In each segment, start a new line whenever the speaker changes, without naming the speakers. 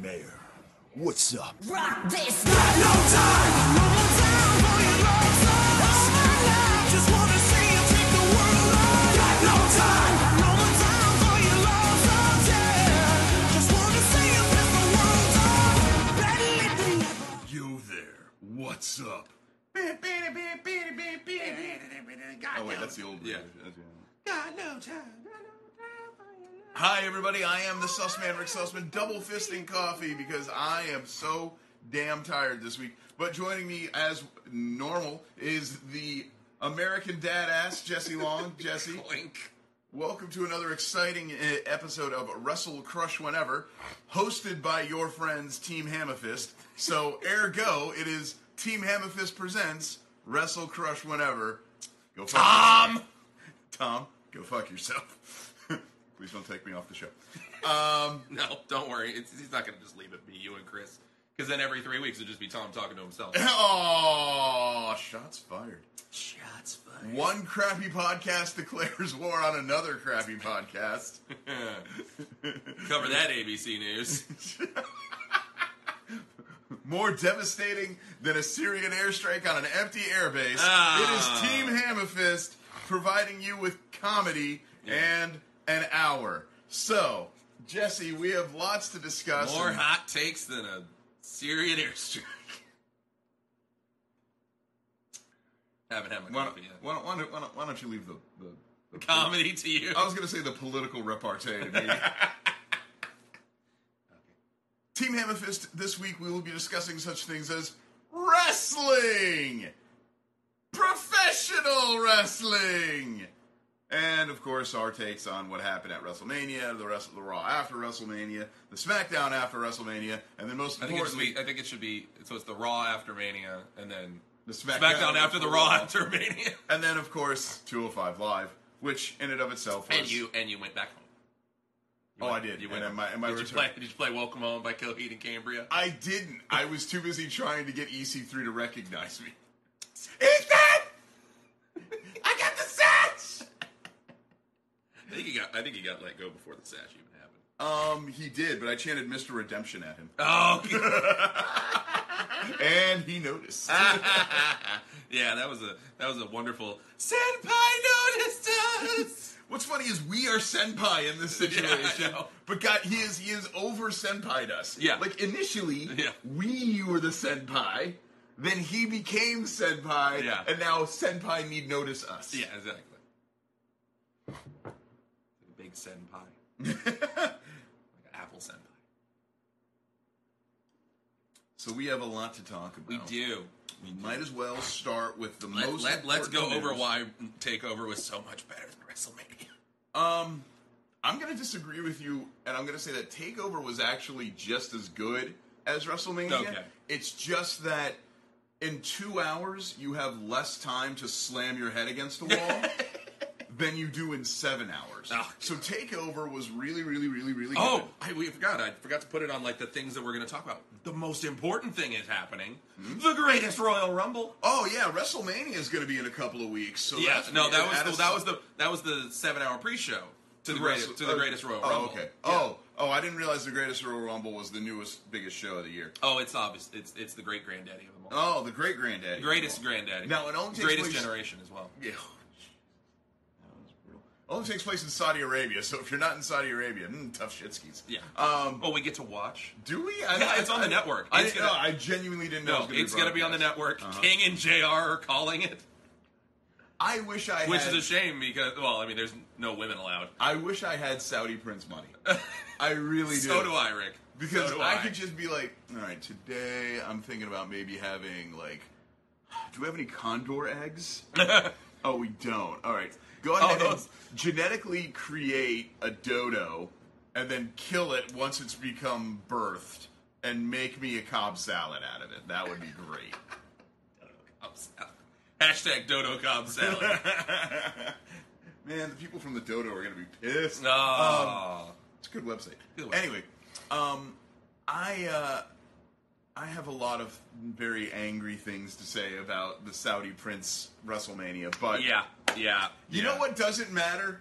Mayor. What's up?
Rock this.
You there. What's up?
Oh, wait, that's the old
Yeah.
version. That's- Hi, everybody. I am the Sussman, Rick Sussman, double fisting coffee because I am so damn tired this week. But joining me as normal is the American dad ass, Jesse Long. Jesse, welcome to another exciting eh, episode of Wrestle Crush Whenever, hosted by your friends, Team Hammerfist. So, ergo, it is Team Hammerfist presents Wrestle Crush Whenever. Go fuck Tom! Tom, go fuck yourself. Please don't take me off the show.
No, don't worry. It's, he's not going to just leave it be you and Chris. Because then every three weeks it'd just be Tom talking to himself.
Oh, shots fired.
Shots fired.
One crappy podcast declares war on another crappy podcast.
Cover that ABC News.
More devastating than a Syrian airstrike on an empty airbase.
Ah.
It is Team Hammerfist providing you with comedy and an hour. So, Jesse, we have lots to discuss.
More
and-
hot takes than a Syrian airstrike. Haven't had my
Why
coffee
don't,
yet.
why, don't, why, don't, why don't- why don't you leave the, the, the
Comedy to you.
I was going to say the political repartee to me. Team Hammerfist, this week we will be discussing such things as wrestling, professional wrestling, and of course our takes on what happened at WrestleMania, the rest the Raw after WrestleMania, the SmackDown after WrestleMania, and then most
I think, it should
importantly,
be, I think it should be. So it's the Raw after Mania, and then
The
SmackDown,
SmackDown
after the Raw after Mania.
and then of course 205 Live, which in and of itself was
And you and you went back home. You
Oh,
went-
I did.
You
And
went.
then my- and my
did, you
return-
play, did you play Welcome Home by Coheed and Cambria?
I didn't. I was too busy trying to get EC3 to recognize me. Ethan! I got the satch!
I think he got. I think he got let go before the sash even happened.
Um, he did, but I chanted Mr. Redemption at him.
Oh, God.
And he noticed.
Uh. yeah, that was a that was a wonderful. Senpai noticed us.
What's funny is we are senpai in this situation.
Yeah, I know.
but God, he is he is over senpai'd us.
Yeah.
Like initially,
Yeah.
we were the senpai. Then he became senpai,
Yeah.
and now senpai need notice us.
yeah, exactly. The big senpai, like an apple senpai.
So we have a lot to talk about.
We do.
We might as well start with the
Let,
most.
let, let's go
important
over
news.
why Takeover was so much better than WrestleMania.
Um, I'm going to disagree with you, and I'm going to say that Takeover was actually just as good as WrestleMania.
Okay.
It's just that in two hours you have less time to slam your head against the wall than you do in seven hours.
Ah.
so Takeover was really, really, really, really.
Oh,
good.
I, we forgot. I forgot to put it on like the things that we're going to talk about. The most important thing is happening. The greatest Royal Rumble.
Hmm? Oh yeah, WrestleMania is going to be in a couple of weeks. So
yeah,
that's
no,
weird.
that was
Add
the,
a-
that was the that was the seven hour pre show to the greatest
Wrestle-
to the
oh,
greatest Royal
oh,
Rumble.
Okay.
Yeah.
Oh, oh, I didn't realize the greatest Royal Rumble was the newest, biggest show of the year.
oh, it's obvious. It's it's the great granddaddy of them all.
Oh, the great granddaddy.
the greatest granddaddy.
Now, it only takes
greatest
place-
generation as well.
Yeah. That was brutal. Only takes place in Saudi Arabia, so if you're not in Saudi Arabia, mm, tough shit skis.
Yeah.
Um,
oh, we get to watch.
do we? I,
Yeah, it's on the network.
I,
It's
didn't know.
gonna-
I genuinely didn't know.
No, it's going to be on the
broadcast. Uh-huh.
network. King and Jr. are calling it,
I wish I
which
had,
is a shame because well, I mean, there's no women allowed.
I wish I had Saudi Prince money. I really do.
So do I, Rick.
Because
So do
I, could just be like, all right, today I'm thinking about maybe having like, do we have any condor eggs? oh, we don't. All right, go ahead
Oh, those-
and genetically create a dodo and then kill it once it's become birthed and make me a cob salad out of it. That would be great.
Cobb salad. Hashtag Dodo Cobb salad.
Um, Man, the people from the dodo are gonna be pissed.
Oh.
It's a good website.
Good website.
Anyway, um, I uh, I have a lot of very angry things to say about the Saudi Prince WrestleMania, but
yeah, yeah.
you know what doesn't matter?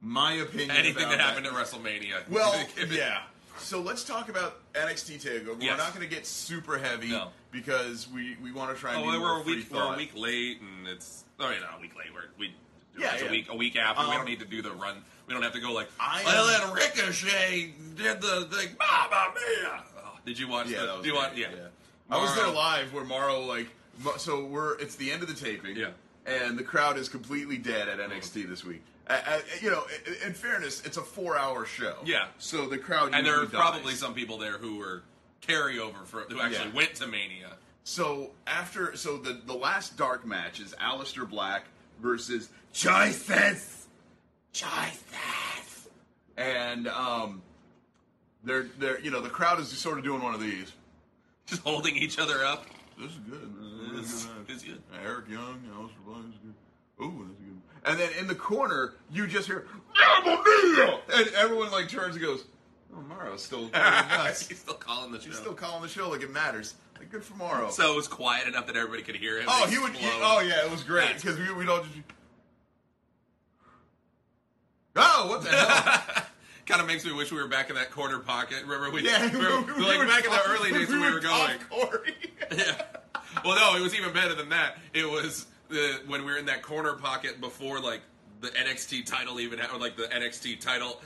My opinion.
Anything
about
that happened
that.
at WrestleMania.
Well,
If it-
yeah. So let's talk about NXT Takeover. We're
Yes.
not going to get super heavy
No.
because we, we want to try and
Oh,
do
we're,
more
a
free
week. We're
thought.
a week late, and it's oh, yeah, not a week late. We're we.
Yeah,
it's
yeah.
a week a week after. we
Um,
don't need to do the run. We don't have to go like.
I am-
well, then Ricochet did the thing. Mamma mia! Oh, did you watch?
Yeah,
the,
that was
do you
great,
want? Yeah.
I was there
Morrow-
live where Morrow like Mo- so we're it's the end of the taping.
Yeah. Oh,
And the crowd is completely dead at NXT this week. I, I, you know, i- in fairness, it's a four-hour show.
Yeah.
So the crowd
And there are
usually dies.
probably some people there who were carryover for who actually
Yeah.
went to Mania.
So after so the the last dark match is Aleister Black versus Choices. Choices. And um they're they're you know, the crowd is sort of doing one of these.
Just holding each other up.
This is good. man. This is
It's,
good.
it's good.
Eric Young, Aleister Black is good. Ooh, that's a good. And then in the corner, you just hear "Mamma Mia!" and everyone like turns and goes, "Oh, Morrow's still going nuts.
He's still calling the show.
He's still calling the show like it matters. Like good for Morrow."
so it was quiet enough that everybody could hear him.
oh, he would. he-
explode.
oh yeah, it was great because we we'd all just. Oh, what the hell?
Kind of makes me wish we were back in that corner pocket. Remember we?
Yeah,
remember,
we
like
would
back in the
talk-
early days when we
would
were
talk
going.
Corey.
Yeah. Well, no, it was even better than that. It was the when we were in that corner pocket before like the NXT title even had, or like the NXT title.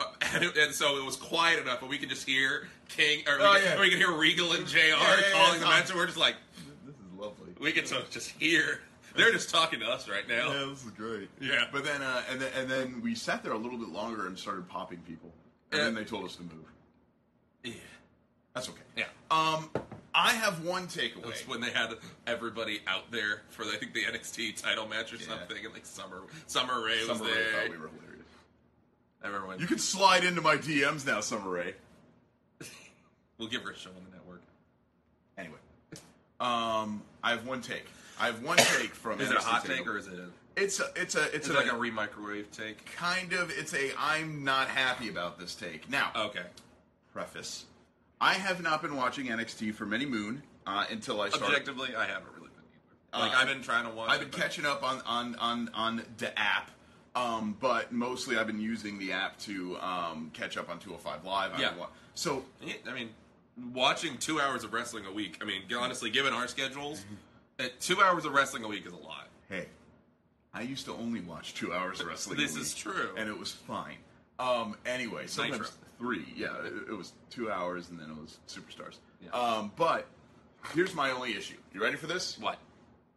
uh, And, it- and so it was quiet enough, but we could just hear King, or we,
Oh,
could,
yeah.
or we could hear Regal and Jr.
yeah, yeah,
calling the
yeah.
match, and we're just like,
this is lovely.
we could so- just hear. They're just talking to us right now.
Yeah, this is great.
Yeah.
but then uh, and then and then we sat there a little bit longer and started popping people, and
Yeah.
then they told us to move.
Yeah,
That's okay.
yeah.
Um, I have one
That's
takeaway.
when they had everybody out there for I think the NXT title match or something, and like Summer Summer Rae was
Summer Rae
there.
thought we were hilarious.
Everyone,
You can slide into my DMs now, Summer Rae.
we'll give her a show on the network.
Anyway, um, I have one take. I have one take from.
Is it a
NXT
hot
Takeover.
take or is it a
It's a. It's a. It's,
Is
a,
it like a re-microwave take?
kind of. It's a. I'm not happy about this take. Now,
Okay.
preface. I have not been watching NXT for many moon uh, until I started.
Objectively, I haven't really been either. Like
Uh,
I've been trying to watch.
I've
it,
been
but-
catching up on on on on the app, um, but mostly I've been using the app to um, catch up on 205 Live. I
Yeah.
wa- So
Yeah, I mean, watching two hours of wrestling a week. I mean, honestly, given our schedules, uh, two hours of wrestling a week is a lot.
hey, I used to only watch two hours of wrestling. a
This is
week,
true.
and it was fine. Um, anyway, sometimes
Nitro.
three. Yeah, it, it was two hours, and then it was Superstars.
Yeah.
Um, but here's my only issue. You ready for this?
What?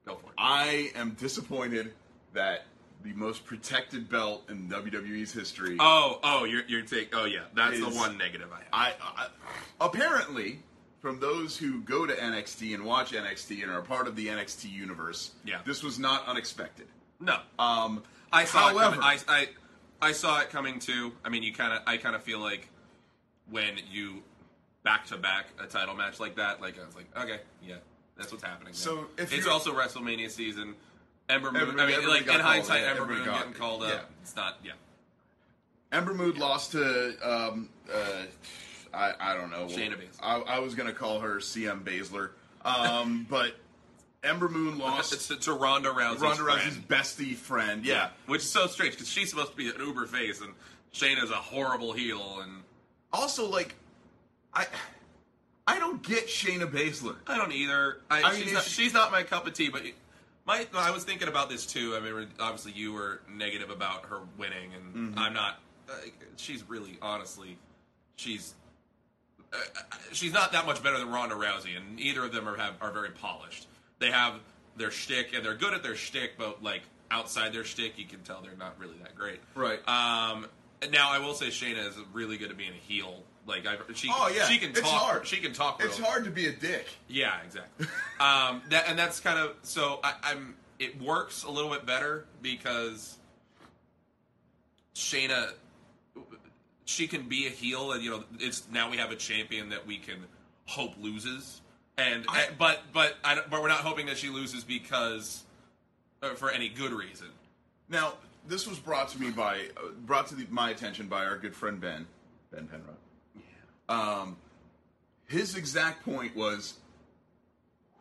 Go for it.
I am disappointed that the most protected belt in WWE's history.
oh, oh, your your take. Oh, yeah, that's the
Is-
one negative I have.
I, I apparently from those who go to NXT and watch NXT and are part of the NXT universe,
Yeah.
this was not unexpected.
no,
Um,
I saw.
however,
it coming. I, I I saw it coming too. I mean, you kind of. I kind of feel like when you back to back a title match like that, like I was like, okay, yeah, that's what's happening. now.
So, if
it's
you're-
also WrestleMania season. Ember Moon.
Everybody-
I mean,
everybody
like
got
in
called,
hindsight,
yeah,
Ember
everybody
Moon
got-
getting called up.
yeah.
It's not. Yeah.
Ember Mood lost to um, uh, I, I don't know
Shayna Baszler.
I, I was gonna call her CM Baszler, um, but Ember Moon
It's
lost
to, to Ronda Rousey's
Ronda Rousey's
friend.
bestie friend. Yeah,
Which is so strange because she's supposed to be an uber face and Shayna's a horrible heel and
Also, like, I I don't get Shayna Baszler.
I don't either. I,
I mean,
she's,
it's-
not, she's not my cup of tea, but my I was thinking about this too. I mean, obviously you were negative about her winning, and
Mm-hmm.
I'm not. Uh, she's really, honestly, she's uh, she's not that much better than Ronda Rousey, and neither of them are have, are very polished. They have their shtick, and they're good at their shtick, but like outside their shtick, you can tell they're not really that great.
Right.
Um. Now I will say Shayna is really good at being a heel. Like I've, she,
Oh, yeah.
she can
It's
talk.
hard.
She can talk.
It's
real-
hard to be a dick.
yeah, exactly. um, that and that's kind of so I, I'm. It works a little bit better because Shayna, she can be a heel, and you know, it's now we have a champion that we can hope loses. And
I-
and- but but I don't, but we're not hoping that she loses because uh, for any good reason.
Now, this was brought to me by uh, brought to the, my attention by our good friend Ben Ben Penrod. Yeah. Um, his exact point was,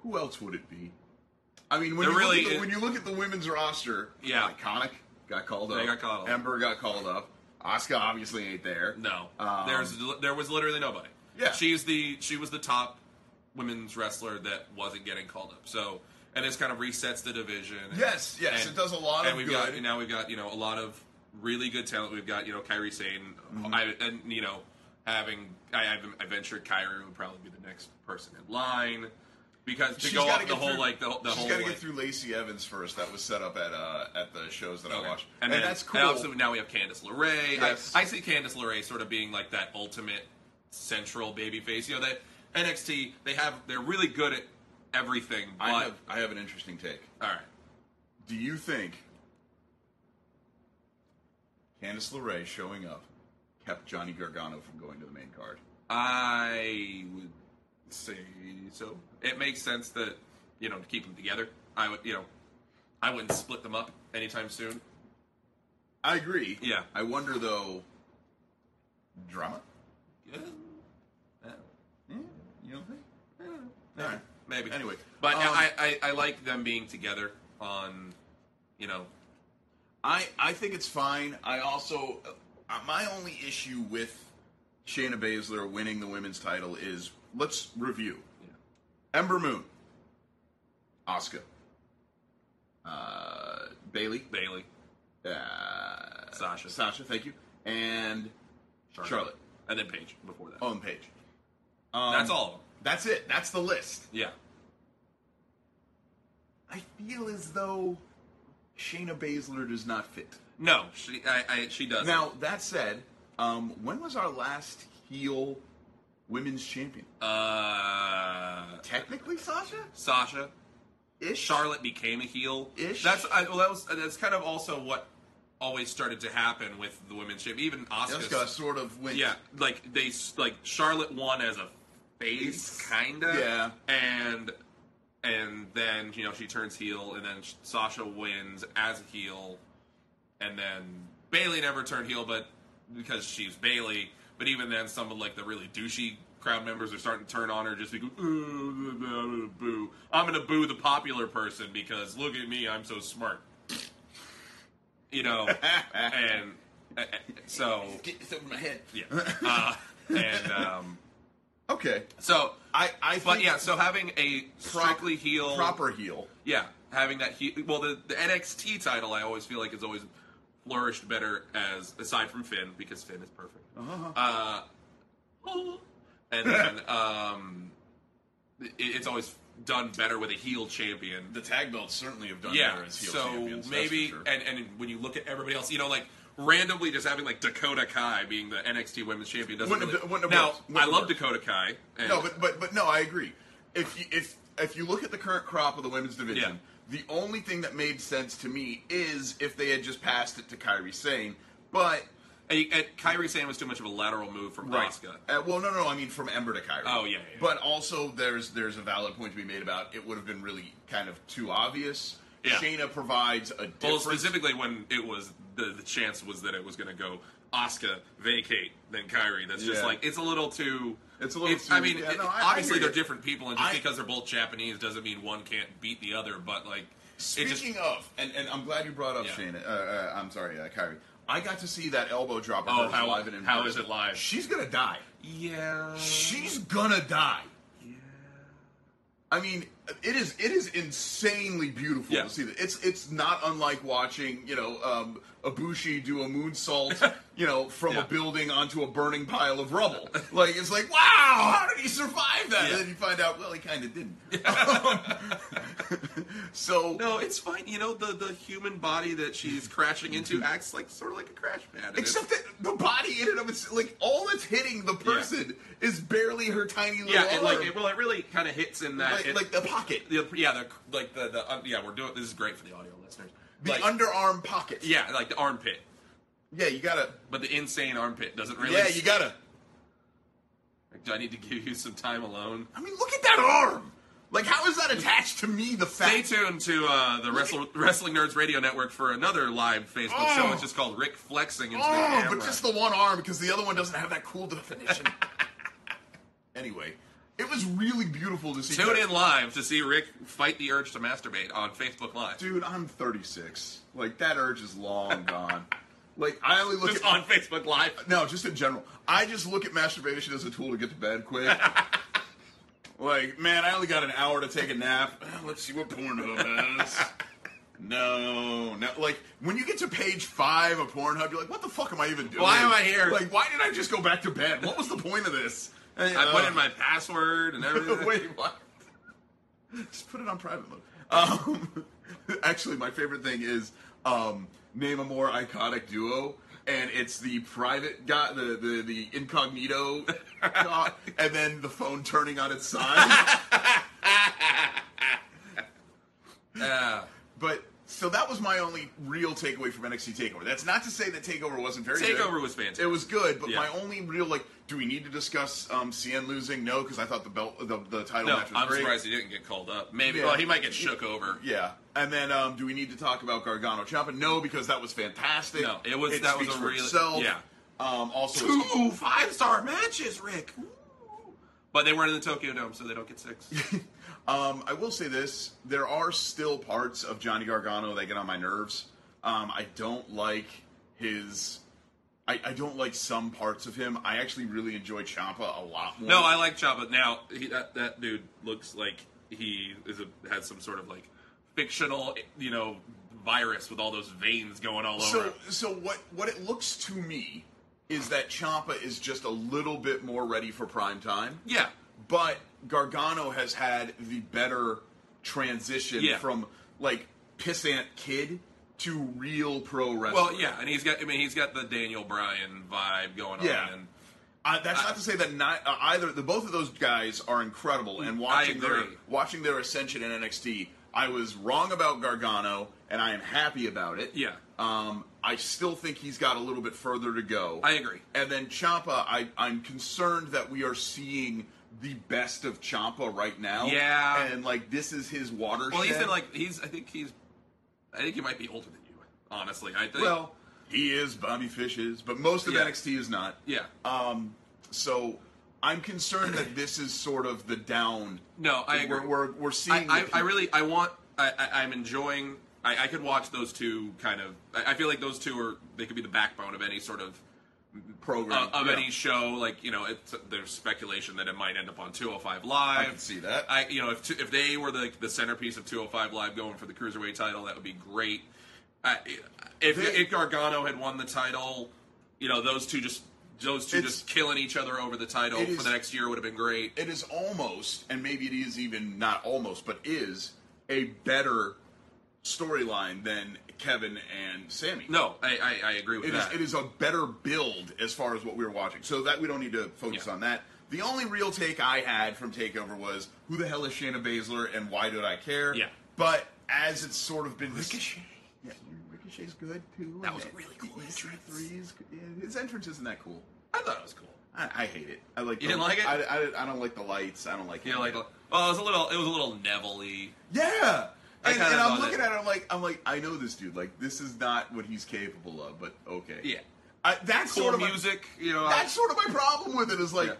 who else would it be? I mean, when,
There
you,
really
look at the,
is-
when you look at the women's roster,
Yeah.
iconic got called
They
up.
got called up.
Ember got called up. Oscar obviously ain't there.
No,
Um,
there's there was literally nobody.
Yeah.
she's the she was the top women's wrestler that wasn't getting called up. So and this kind of resets the division. And-
Yes, yes,
and-
it does a lot
And
of
we've
good.
got now we've got you know a lot of really good talent. We've got you know Kyrie Sane,
Mm-hmm.
I, and you know having I, I venture Kyrie would probably be the next person in line because to
She's
go
gotta
off the
get
whole
through-
like the, the
she's
whole
gotta
like,
get through Lacey Evans first. That was set up at uh, at the shows that I
Okay.
watched,
And,
and,
then,
that's cool.
and obviously now we have Candice LeRae.
Yes.
I, I see Candice LeRae sort of being like that ultimate central babyface. You know that NXT they have they're really good at everything. But
I have I have an interesting take.
all right,
Do you think Candice LeRae showing up kept Johnny Gargano from going to the main card?
I would say so. It makes sense that you know to keep them together. I would you know I wouldn't split them up anytime soon.
I agree.
Yeah.
I wonder though. Drama? You don't think? All right.
Maybe
Anyway,
but
um,
I, I I like them being together on you know
I I think it's fine. I also uh, my only issue with Shayna Baszler winning the women's title is let's review. Ember Moon, Oscar, uh, Bailey,
Bailey
uh,
Sasha.
Sasha, thank you, and Charlotte.
and then Paige before that.
Owen Page. Um,
That's all of them.
That's it. That's the list.
Yeah.
I feel as though Shayna Baszler does not fit.
No, she I, I she does.
Now that said, um, when was our last heel women's champion?
uh
Technically, Sasha
Sasha
ish.
Charlotte became a heel.
Ish.
That's I, well that was that's kind of also what always started to happen with the women's champ. Even
Jessica
Oscar.
sort of went.
Yeah, like they s- like Charlotte won as a face kind of.
Yeah.
And and then you know she turns heel and then Sasha wins as a heel and then Bailey never turned heel, but because she's Bailey. But even then, some of like the really douchey crowd members are starting to turn on her, just because "Ooh, blah, blah, blah, boo. I'm gonna boo the popular person because look at me, I'm so smart. You know, and uh, so
Get this over my head.
yeah, uh, and um,
Okay.
so
I I
but
think
yeah, so having a
prop-
strictly heel
proper heel.
yeah, having that. He- well, the, the NXT title, I always feel like has always flourished better as aside from Finn because Finn is perfect. Uh-huh. and then um, it, it's always done better with a heel champion.
The tag belts certainly have done
yeah,
better as heel
so
champions. that's
maybe
for sure.
and and when you look at everybody else, you know, like. Randomly, just having like Dakota Kai being the NXT Women's Champion doesn't
Wouldn't have
really.
been- wouldn't have
now,
worked. Wouldn't
I
have
love
worked.
Dakota Kai. And
No, but but but no, I agree. If you, if if you look at the current crop of the women's division, the only thing that made sense to me is if they had just passed it to Kyrie Sane, but
and, and Kyrie Sane was too much of a lateral move from Asuka.
Uh, well, no, no, I mean from Ember to Kyrie.
Oh, yeah, yeah, yeah.
But also, there's there's a valid point to be made about it would have been really kind of too obvious.
Yeah.
Shayna provides a different.
Well, specifically when it was the, the chance was that it was going to go Oscar vacate then Kyrie. That's just
Yeah.
like it's a little too.
It's a little
I
too-
mean,
yeah,
it-
no, I- I hear
obviously they're
you.
different people, and just
I-
because they're both Japanese doesn't mean one can't beat the other. But like, it just
Speaking of, and, and I'm glad you brought up
Yeah.
Shayna. Uh, uh, I'm sorry, uh, Kyrie. I got to see that elbow drop. of
Oh,
hers
how-
live and in
how
person.
is it live?
She's gonna die.
yeah,
She's gonna die. I mean, it is it is insanely beautiful
Yeah.
to see that. It's it's not unlike watching you know um, Ibushi do a moonsault you know from
Yeah.
a building onto a burning pile of rubble. Like it's like wow, how did he survive that?
Yeah.
And then you find out well, he kind of didn't. so
no, it's fine. You know, the the human body that she's crashing into acts like sort of like a crash pad. and it's-
Except that the body in and of it's like all that's hitting the person is barely her tiny little
yeah, it, like
arm.
it, well, it really kind of hits in that
like,
it-
like the pocket,
the yeah the like the the uh, yeah we're doing this is great for the audio listeners.
the
like,
underarm pocket.
yeah, like the armpit.
yeah, you gotta.
But the insane armpit doesn't really.
Yeah, you gotta.
Do I need to give you some time alone?
I mean, look at that arm. Like, how is that attached to me? The fact.
Stay tuned to uh, the Wrestle- Wrestling Nerds Radio Network for another live Facebook
Oh.
show. It's just called Rick Flexing into the
Oh,
camera.
but just the one arm because the other one doesn't have that cool definition. anyway, it was really beautiful to see.
Tune in live to see Rick fight the urge to masturbate on Facebook Live.
dude. I'm 36. Like that urge is long gone. Like I only look
Just
at
on Facebook Live.
no, just in general. I just look at masturbation as a tool to get to bed quick. like, man, I only got an hour to take a nap. Eh, Let's see what Pornhub has. No, no. Like when you get to page five of Pornhub, you're like, "What the fuck am I even doing?
Why am I here?
Like, why did I just go back to bed? What was the point of this?"
I put in my password and everything.
Wait, what? Just put it on private mode. Um, actually, my favorite thing is um, name a more iconic duo, and it's the private guy, the the, the incognito, guy, and then the phone turning on its side.
Yeah.
but so that was my only real takeaway from NXT Takeover. That's not to say that Takeover wasn't very good.
Takeover was fantastic.
It was good, but
Yeah.
my only real like, do we need to discuss um, CN losing? No, because I thought the belt, the, the title
No,
match was
I'm
great.
surprised he didn't get called up. Maybe.
Yeah.
Well, he might get shook over.
Yeah. And then, um, do we need to talk about Gargano Ciampa? No, because that was fantastic.
No, it was- that was
speaks
a
for
really-
itself.
yeah.
Um, also, it's-
Two five star matches, Rick. Ooh. But they weren't in the Tokyo Dome, so they don't get six.
um, I will say this: there are still parts of Johnny Gargano that get on my nerves. Um, I don't like his. I, I don't like some parts of him. I actually really enjoy Ciampa a lot more.
No, I like Ciampa. Now he, that that dude looks like he is a, has some sort of like fictional, you know, virus with all those veins going all over.
So,
him.
so what? What it looks to me is that Ciampa is just a little bit more ready for prime time.
Yeah,
but Gargano has had the better transition
Yeah.
from like pissant kid to real pro wrestler.
well, yeah, and he's got. I mean, he's got the Daniel Bryan vibe going on.
Yeah.
and
I, that's not to say that not, uh, either the both of those guys are incredible. And watching their
Mm, agree.
watching their ascension in NXT, I was wrong about Gargano, and I am happy about it.
Yeah.
Um, I still think he's got a little bit further to go.
I agree.
And then Champa, I I'm concerned that we are seeing the best of Champa right now.
Yeah.
And like this is his watershed.
Well, he's in like he's. I think he's. I think he might be older than you. Honestly, I think.
well, he is Bobby Fish is, but most of
Yeah.
NXT is not.
yeah.
Um, so I'm concerned that this is sort of the down.
No, I agree.
We're we're, we're seeing.
I,
the-
I, I really I want I, I, I'm enjoying I, I could watch those two kind of I, I feel like those two are they could be the backbone of any sort of
program
uh, of
yeah.
any show like you know it's, there's speculation that it might end up on 205 live
I can see that.
I you know if two, if they were the the centerpiece of 205 live going for the cruiserweight title that would be great I, if,
They-
if Gargano had won the title you know those two just those two
It's-
just killing each other over the title
It
for
is-
the next year would have been great
It is almost, and maybe it is even not almost, but is a better storyline than Kevin and Sammy.
no I, I, I agree with
It is,
that
it is a better build as far as what we were watching. So that we don't need to focus
Yeah.
on that. The only real take I had from Takeover was who the hell is Shayna Baszler and why did I care?
Yeah.
But as it's sort of been
Ricochet.
Yeah, Ricochet's good too.
That was
And E
a really cool
his
entrance.
three is good. Yeah, His entrance isn't that cool.
I thought it was cool.
I, I hate it. I like.
You
the-
didn't like it?
I, I, I don't like the lights. I don't like.
You know,
any
like
of it.
well, it was a little it was a little Neville-y.
Yeah.
I
And,
kinda
and I'm
thought
looking
it-
at it, I'm like, I'm like, I know this dude. Like, this is not what he's capable of. But okay.
Yeah.
I, that's
cool
sort of my-
music. you know,
that's sort of my problem with it. Is like,
Yeah.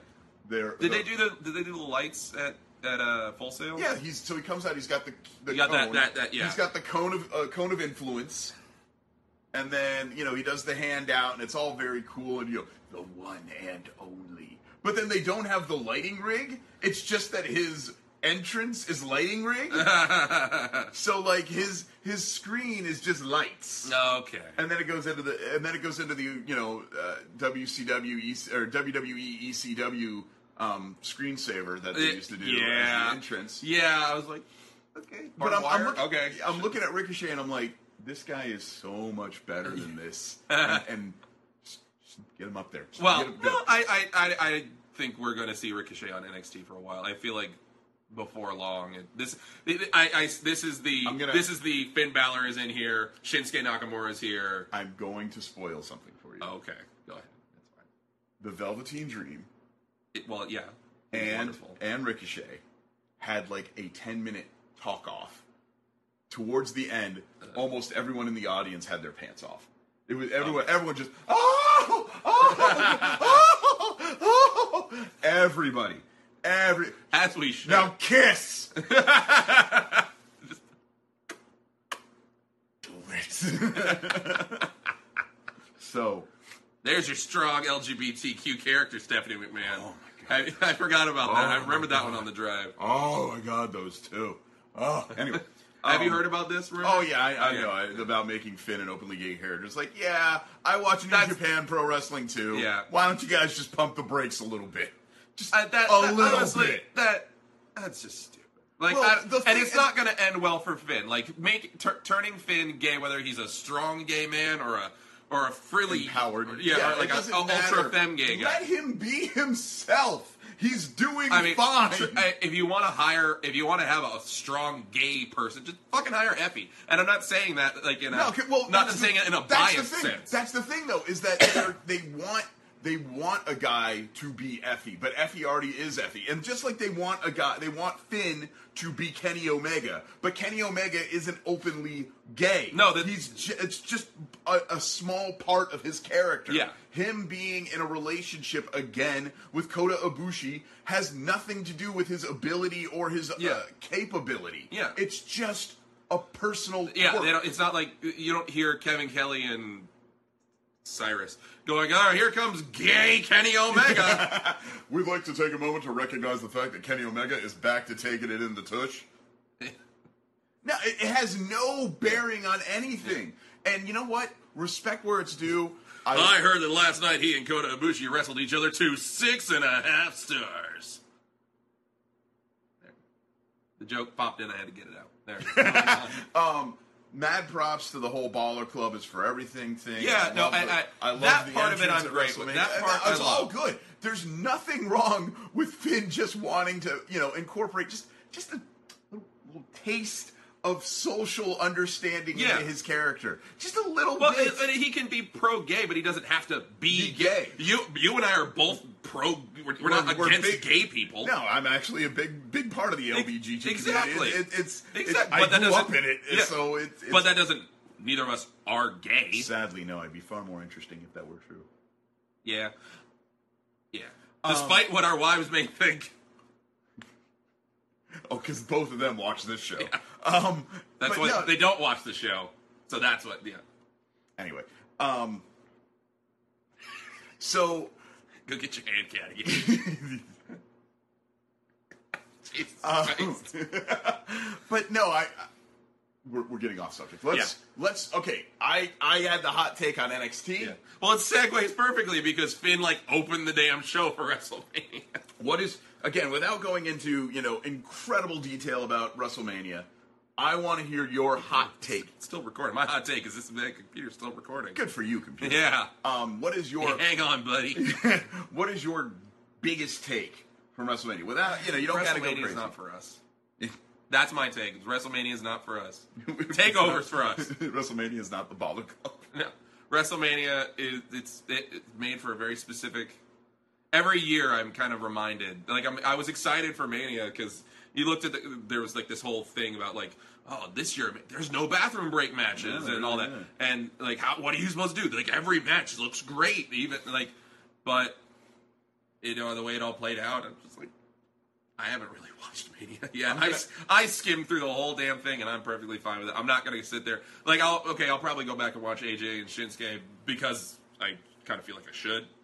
there.
did they do the did they do the lights at at uh, Full Sail?
Yeah. He's so he comes out. He's got the. the
You got that-
cone.
that- that- yeah.
He's got the cone of uh, cone of influence. And then you know he does the handout, and it's all very cool, and you know, the one and only. But then they don't have the lighting rig. It's just that his entrance is lighting rig. so like his his screen is just lights.
Okay.
and then it goes into the and then it goes into the you know uh, WCW EC, E or E, WWE ECW um, screensaver that they
It-
used to do as
yeah.
the entrance.
Yeah, I was like, okay.
But I'm, I'm
Hardwire?
looking,
okay.
I'm looking at Ricochet and I'm like, this guy is so much better than this, and, and just- just get him up there. Just
Well,
get him-
no, I, I, I, I think we're going to see Ricochet on NXT for a while. I feel like before long, it, this, it, I, I, this is the,
I'm gonna-
this is the Finn Balor is in here, Shinsuke Nakamura is here. Oh,
I'm going to spoil something for you.
Okay, go ahead. That's fine.
The Velveteen Dream
It, well, yeah, He's
and
wonderful.
and Ricochet had like a 10 minute talk off. Towards the end, almost everyone in the audience had their pants off. It was everyone. Everyone just oh oh oh, oh everybody every
as we should.
now kiss. Do it. So
There's your strong LGBTQ character, Stephanie McMahon.
Oh my
God. I, I forgot about that.
Oh
I
my
remembered that one on the drive.
Oh my god, those two. Oh, anyway.
Have you
Um,
heard about this? Rumor?
Oh yeah, I, I
Okay.
know I, about making Finn an openly gay character. It's like, yeah, I watch New
That's-
Japan Pro Wrestling too.
Yeah.
Why don't you guys just pump the brakes a little bit? Just
I, Uh, that,
a
that-
little
honestly,
bit.
That that's just stupid. Like,
Well,
I-
the
and
thing
it's
is-
not going to end well for Finn. Like, make tur turning Finn gay, whether he's a strong gay man or a or a frilly
Empowered.
yeah, or
it
like a,
doesn't
a ultra
matter.
femme gay guy.
Let him be himself. He's doing
I mean,
fine.
tr- I- if you want to hire, if you want to have a strong gay person, just fucking hire Effie. And I'm not saying that like in a
No, okay, well,
not
that's
just
the-
saying it in a
that's
biased
the thing.
sense.
That's the thing, though, is that they're- they want they want a guy to be Effie, but Effie already is Effie, and just like they want a guy, they want Finn to be Kenny Omega, but Kenny Omega isn't openly gay.
No, that-
he's ju- it's just a, a small part of his character.
Yeah.
him being in a relationship again with Kota Ibushi has nothing to do with his ability or his
Yeah.
uh, capability.
Yeah.
it's just a personal
Yeah,
quirk.
they don't, it's not like you don't hear Kevin Kelly and Cyrus going, "Oh, here comes gay Kenny Omega."
We'd like to take a moment to recognize the fact that Kenny Omega is back to taking it in the tush. No, it, it has no bearing on anything. And you know what? Respect where it's due.
I heard that last night he and Kota Ibushi wrestled each other to six and a half stars. There. The joke popped in. I had to get it out. There.
um, mad props to the whole Baller Club is for everything thing.
Yeah,
I
no,
love
I-
the-
I-
love
that
the
part of it
entrance
I'm
at
great with.
WrestleMania.
That part
it's
I
all
love.
good. There's nothing wrong with Finn just wanting to, Uh, you know, incorporate just just a little, little taste of social understanding
Yeah.
into his character. Just a little
Well,
bit.
and- and he can be pro gay, but he doesn't have to be,
Be gay.
You, you and I are both pro. We're, we're not
We're- we're
against
big-
gay people.
No, I'm actually a big, big part of the LBGT.
Exactly.
It, it, it's,
Exact-
It's, I
but that
grew
doesn't-
up in it,
yeah.
so it, it's.
but that doesn't. Neither of us are gay.
sadly, no. I'd be far more interesting if that were true.
Yeah. Yeah.
Um,
Despite what our wives may think,
Oh, because both of them watch this show. Um,
that's
but
why
no,
they don't watch the show. So that's what. Yeah.
Anyway, um, so
Go get your hand cat again. Jesus Christ.
but no, I. I we're, we're getting off subject. Let's let's okay. I I had the hot take on NXT.
Yeah. Well, it segues perfectly because Finn like opened the damn show for WrestleMania.
What is again without going into you know incredible detail about WrestleMania? I want to hear your hot take.
It's still recording. My hot take is this: the computer's still recording.
Good for you, computer.
Yeah.
Um, what is your
Hang on, buddy.
what is your biggest take from WrestleMania? Without you know, you don't gotta go
WrestleMania
crazy.
is not for us. That's my take. is WrestleMania is not for us. Takeovers for us.
WrestleMania is not the baller club.
No. WrestleMania is it's, it, it's made for a very specific. Every year, I'm kind of reminded. Like I'm, I was excited for Mania because you looked at the, there was like this whole thing about like, oh, this year there's no bathroom break matches
Yeah,
and all
yeah,
that, and like, how what are you supposed to do? Like every match looks great, even like, but you know the way it all played out, I'm just like, I haven't really watched Mania. Yeah, I,
gonna-
I skimmed through the whole damn thing, and I'm perfectly fine with it. I'm not gonna sit there like I'll okay. I'll probably go back and watch AJ and Shinsuke because I kind of feel like I should.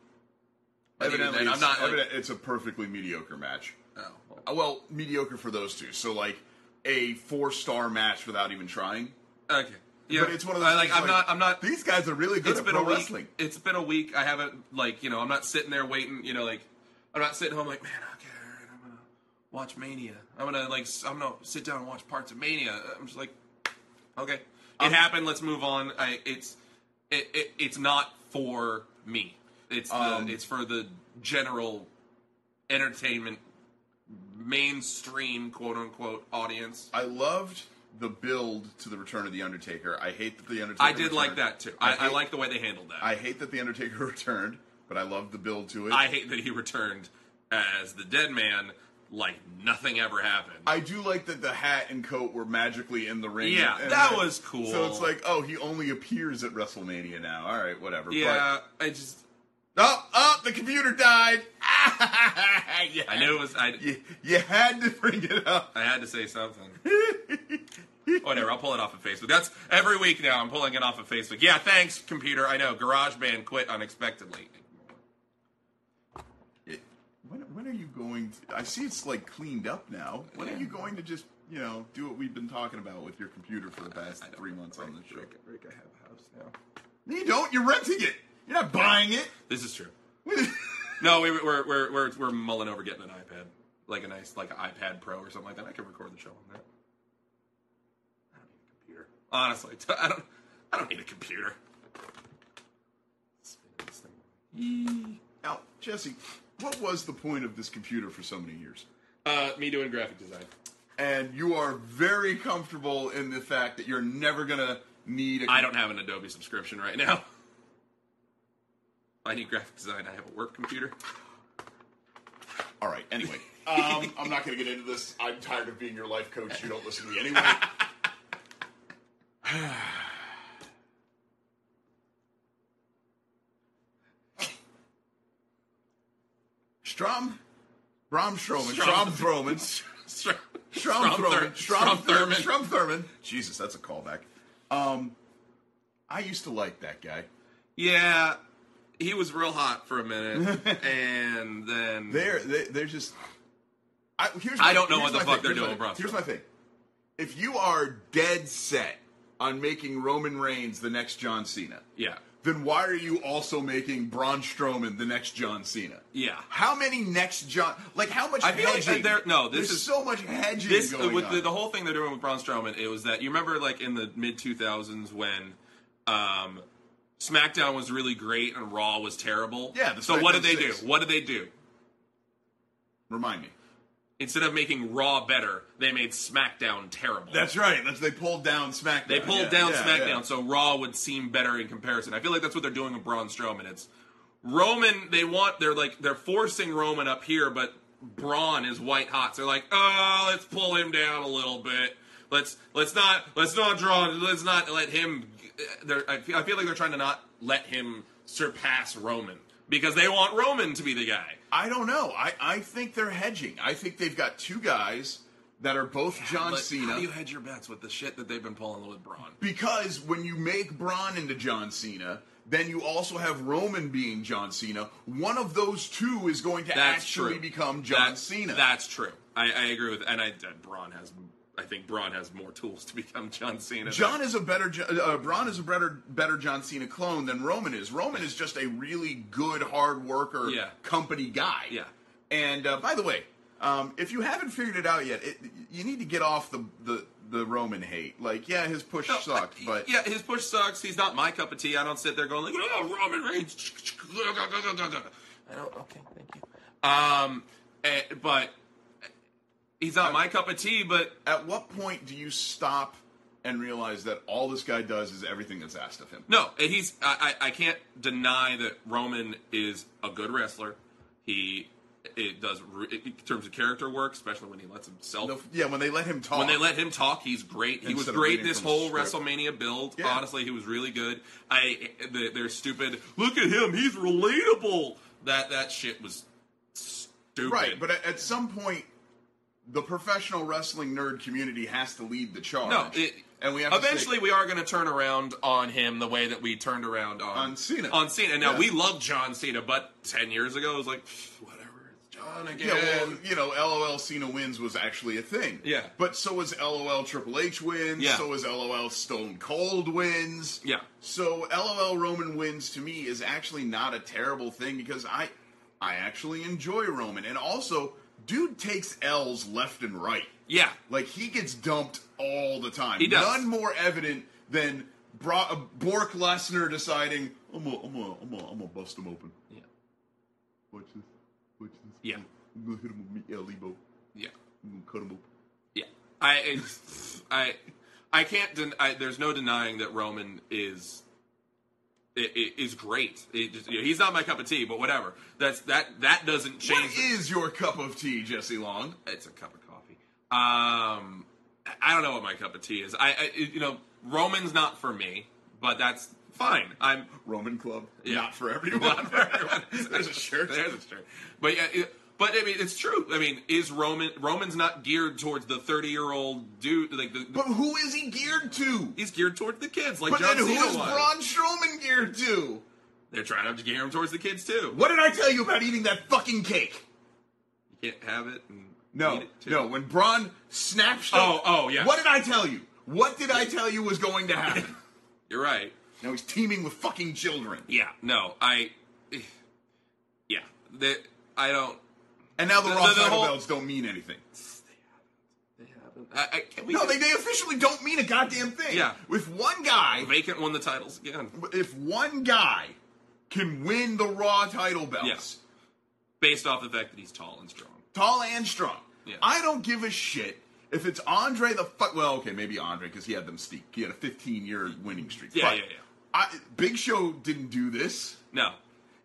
But even
Evidently,
then, I'm
it's-
not. Like,
evident- it's a perfectly mediocre match.
oh, well,
Uh, Well, mediocre for those two. So like a four star match without even trying.
okay. Yeah,
But it's one of those.
I, like
things
I'm not. I'm not.
These guys are really good
It's
at
been a
pro
week.
wrestling.
It's been a week. I haven't like you know. I'm not sitting there waiting. You know, like I'm not sitting home like man. Okay, all right, I'm gonna watch Mania. I'm gonna like s- I'm gonna sit down and watch parts of Mania. I'm just like, okay, it happened. Let's move on. I it's it, it it's not for me. It's
Um,
the, it's for the general entertainment mainstream quote unquote audience.
I loved the build to the return of the Undertaker. I hate that the Undertaker.
I did like
returned.
that too. I, I,
hate-
like the way they handled that.
I hate that the Undertaker returned, but I loved the build to it.
I hate that he returned as the dead man like nothing ever happened.
I do like that the hat and coat were magically in the ring.
Yeah,
and-
that was cool.
So it's like, oh, he only appears at WrestleMania now. All right, whatever.
yeah, I just
But, oh, oh, the computer died.
I knew it was I
You, you had to bring it up.
I had to say something. Whatever, I'll pull it off of Facebook. That's every week now. I'm pulling it off of Facebook. Yeah, thanks, computer. I know GarageBand quit unexpectedly.
It, when, when are you going to? I see it's like cleaned up now. When are you going to just, you know, do what we've been talking about with your computer for the past
don't
three
know,
months on this show?
Rick, Rick, I have a house now.
No, you don't. You're renting it. You're not buying it.
This is true. no, we, we're, we're we're we're mulling over getting an iPad, like a nice like iPad Pro or something like that. I could record the show on that. I don't need a computer. Honestly, t- I don't. I don't need a computer. Spinning this thing.
Now, Jesse, what was the point of this computer for so many years?
Uh, me doing graphic design.
And you are very comfortable in the fact that you're never gonna need a
I don't have an Adobe subscription right now. I need graphic design. I have a work computer.
All right. Anyway, um, I'm not going to get into this. I'm tired of being your life coach. You don't listen to me anyway. Strom, Brom Stroman, Strom
Strom.
Thurman,
Strom
Strom Thurman, Strom Thurman,
Thurmond.
Strom Thurman. Jesus, that's a callback. Um, I used to like that guy.
Yeah, he was real hot for a minute, and then
They're they, they're just. I, here's
I don't know
here's
what the
my
fuck they're
here's my
doing with Braun
Here's my thing: if you are dead set on making Roman Reigns the next John Cena,
yeah,
then why are you also making Braun Strowman the next John Cena?
yeah.
How many next John? Like how much?
I feel like
hedging?
that they're- no, this
There's
is-
so much hedging
this
going
with
on.
The, the whole thing they're doing with Braun Strowman. It was that you remember like in the mid two thousands when um, SmackDown was really great and Raw was terrible.
Yeah, the
So what did
SmackDown
they
six.
do? What did they do?
Remind me.
Instead of making Raw better, they made SmackDown terrible.
That's right. That's they pulled down SmackDown.
they pulled
Yeah,
down
yeah,
SmackDown,
yeah.
so Raw would seem better in comparison. I feel like that's what they're doing with Braun Strowman. It's Roman. They want they're like they're forcing Roman up here, but Braun is white hot. So they're like, oh, let's pull him down a little bit. Let's let's not let's not draw. Let's not let him. They're, I, feel, I feel like they're trying to not let him surpass Roman because they want Roman to be the guy.
I don't know. I, I think they're hedging. I think they've got two guys that are both John
But
Cena.
How do you hedge your bets with the shit that they've been pulling with Braun?
Because when you make Braun into John Cena, then you also have Roman being John Cena. One of those two is going to
That's
actually
true.
become John
That-
Cena.
That's true. I, I agree with, and I and Braun has. I think Braun has more tools to become John Cena.
John is a better Jo- uh, Braun is a better better John Cena clone than Roman is. Roman is just a really good hard worker,
Yeah.
company guy.
Yeah.
And uh, by the way, um, if you haven't figured it out yet, it, you need to get off the, the the Roman hate. Like, yeah, his push
No,
sucked,
I-
but
yeah, his push sucks. He's not my cup of tea. I don't sit there going like, oh, Roman Reigns. I don't. Okay, thank you. Um, eh, but he's not my cup of tea. But
at what point do you stop and realize that all this guy does is everything that's asked of him?
No, and he's. I, I, I can't deny that Roman is a good wrestler. He it does re- in terms of character work, especially when he lets himself.
The- yeah, when they let him talk.
when they let him talk, he's great. He was
Instead of
great
reading
this
from
whole
script.
WrestleMania build.
Yeah.
Honestly, he was really good. I the, their stupid. Look at him. He's relatable. That that shit was stupid.
right, but at, at some point, the professional wrestling nerd community has to lead the charge.
no. It,
Oh, and we have
eventually
To say,
we are going to turn around on him the way that we turned around on,
On Cena.
On Cena. Now
Yeah.
we love John Cena, but ten years ago it was like "Pfft, whatever. It's John again.
yeah, well, you know, LOL Cena wins was actually a thing.
Yeah.
But so was LOL Triple H wins.
Yeah.
So was LOL Stone Cold wins.
Yeah.
So LOL Roman wins to me is actually not a terrible thing because I, I actually enjoy Roman, and also dude takes L's left and right.
Yeah.
Like he gets dumped all the time.
He does.
None more evident than Bro- uh, Bork Lesnar deciding I'm gonna I'm gonna I'm gonna I'm gonna bust him open.
Yeah.
Watch this. Watch this.
Yeah.
I'm gonna hit him with me elbow.
Yeah.
I'm gonna cut him open.
Yeah. I I I can't. Den- I, there's no denying that Roman is i- i- is great. It just, you know, he's not my cup of tea, but whatever. That's that that doesn't
What
change. the-
is your cup of tea, Jesse Long?
it's a cup of coffee. Um, I- I don't know what my cup of tea is. I, I you know Roman's not for me, but that's fine. I'm
Roman Club.
Yeah.
Not for everyone.
not for everyone.
There's a shirt.
There's a shirt. But yeah, it, But I mean, it's true. I mean, is Roman Roman's not geared towards the thirty year old dude? Like, the,
But who is he geared to?
he's geared towards the kids, like
But
John
then who
Cena
is
was.
Braun Strowman geared to?
They're trying to gear him towards the kids too.
What did I tell you about eating that fucking cake?
You can't have it. And eat
No,
it too.
no. When Braun snaps.
Oh, oh, yeah.
What did I tell you? What did I tell you was going to happen?
you're right.
now he's teaming with fucking children,
Yeah, no, I. Yeah, they, I don't.
and now the,
The-
Raw
the- the
title
whole-
belts don't mean anything.
They haven't. I, I, can we?
No,
get-
they, they officially don't mean a goddamn thing.
Yeah.
If one guy,
Vacant won the titles again.
if one guy can win the Raw title belts,
based off the fact that he's tall and strong.
tall and strong,
Yeah.
I don't give a shit if it's Andre the fuck. Well, okay, maybe Andre because he had them steep. He had a 15 year winning streak.
Yeah,
But
yeah, yeah.
I, Big Show didn't do this,
No,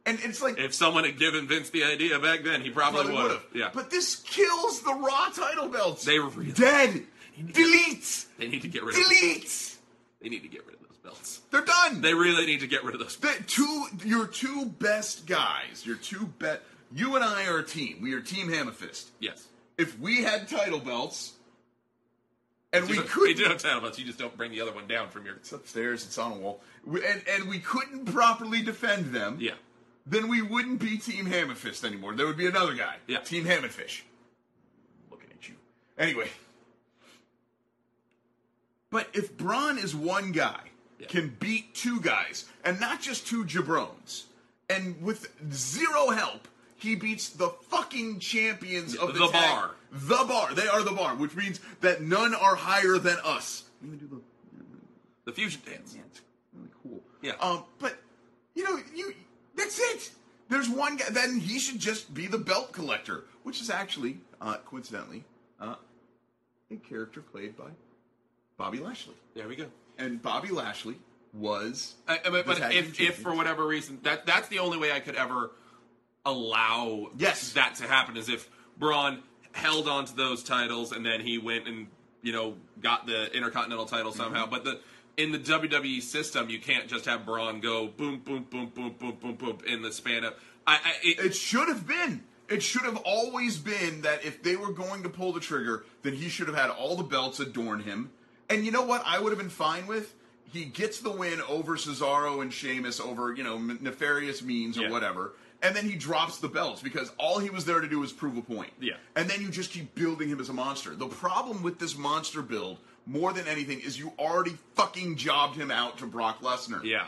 and it's like
if someone had given Vince the idea back then, he probably,
probably
would
would've.
have. Yeah,
But this kills the Raw title belts.
They really-
dead. Delete.
they need to get rid of.
Delete.
They need to get rid of those belts.
They're done.
They really need to get rid of those.
The two, your two best guys, your two bet. You and I are a team. We are Team Hammerfist.
Yes,
If we had title belts, and we
You- They
could
do have title belts. You just don't bring the other one down from your.
it's upstairs, it's on a wall, we, and and we couldn't properly defend them,
Yeah,
then we wouldn't be Team Hammerfist anymore. There would be another guy.
Yeah.
Team Hammerfish. Looking at you. Anyway, but if Braun is one guy,
Yeah.
can beat two guys, and not just two jabrones, and with zero help, he beats the fucking champions of the,
The
tag-
bar.
The bar. They are the bar, which means that none are higher than us. You wanna do the-
the fusion dance.
it's really cool.
Yeah.
Um, but you know, you that's it. There's one guy. Then he should just be the belt collector, which is actually uh, coincidentally uh, a character played by Bobby Lashley.
There we go.
And Bobby Lashley was
I, I mean,
The
Uh, but
tag team
if, if
champions.
for whatever reason that that's the only way I could ever allow
Yes.
that to happen is if Braun held on to those titles and then he went and you know got the Intercontinental title
Mm-hmm.
somehow. But the in the WWE system, you can't just have Braun go boom boom boom boom boom boom boom in the span of I, I it,
It should have been. It should have always been that if they were going to pull the trigger, then he should have had all the belts adorn him. And you know what? I would have been fine with. He gets the win over Cesaro and Sheamus over you know m- nefarious means or
Yeah.
whatever, and then he drops the belts because all he was there to do was prove a point.
Yeah.
And then you just keep building him as a monster. The problem with this monster build, more than anything, is you already fucking jobbed him out to Brock Lesnar.
yeah.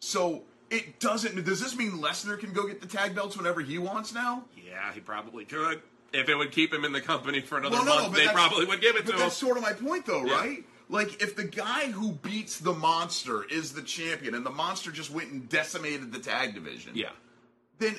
So it doesn't. Does this mean Lesnar can go get the tag belts whenever he wants now?
Yeah, he probably could. If it would keep him in the company for another
Well, no,
month,
but
they
that's-
probably would give it to
But
him.
that's sort of my point, though, right? Like, if the guy who beats the monster is the champion, and the monster just went and decimated the tag division,
Yeah.
Then,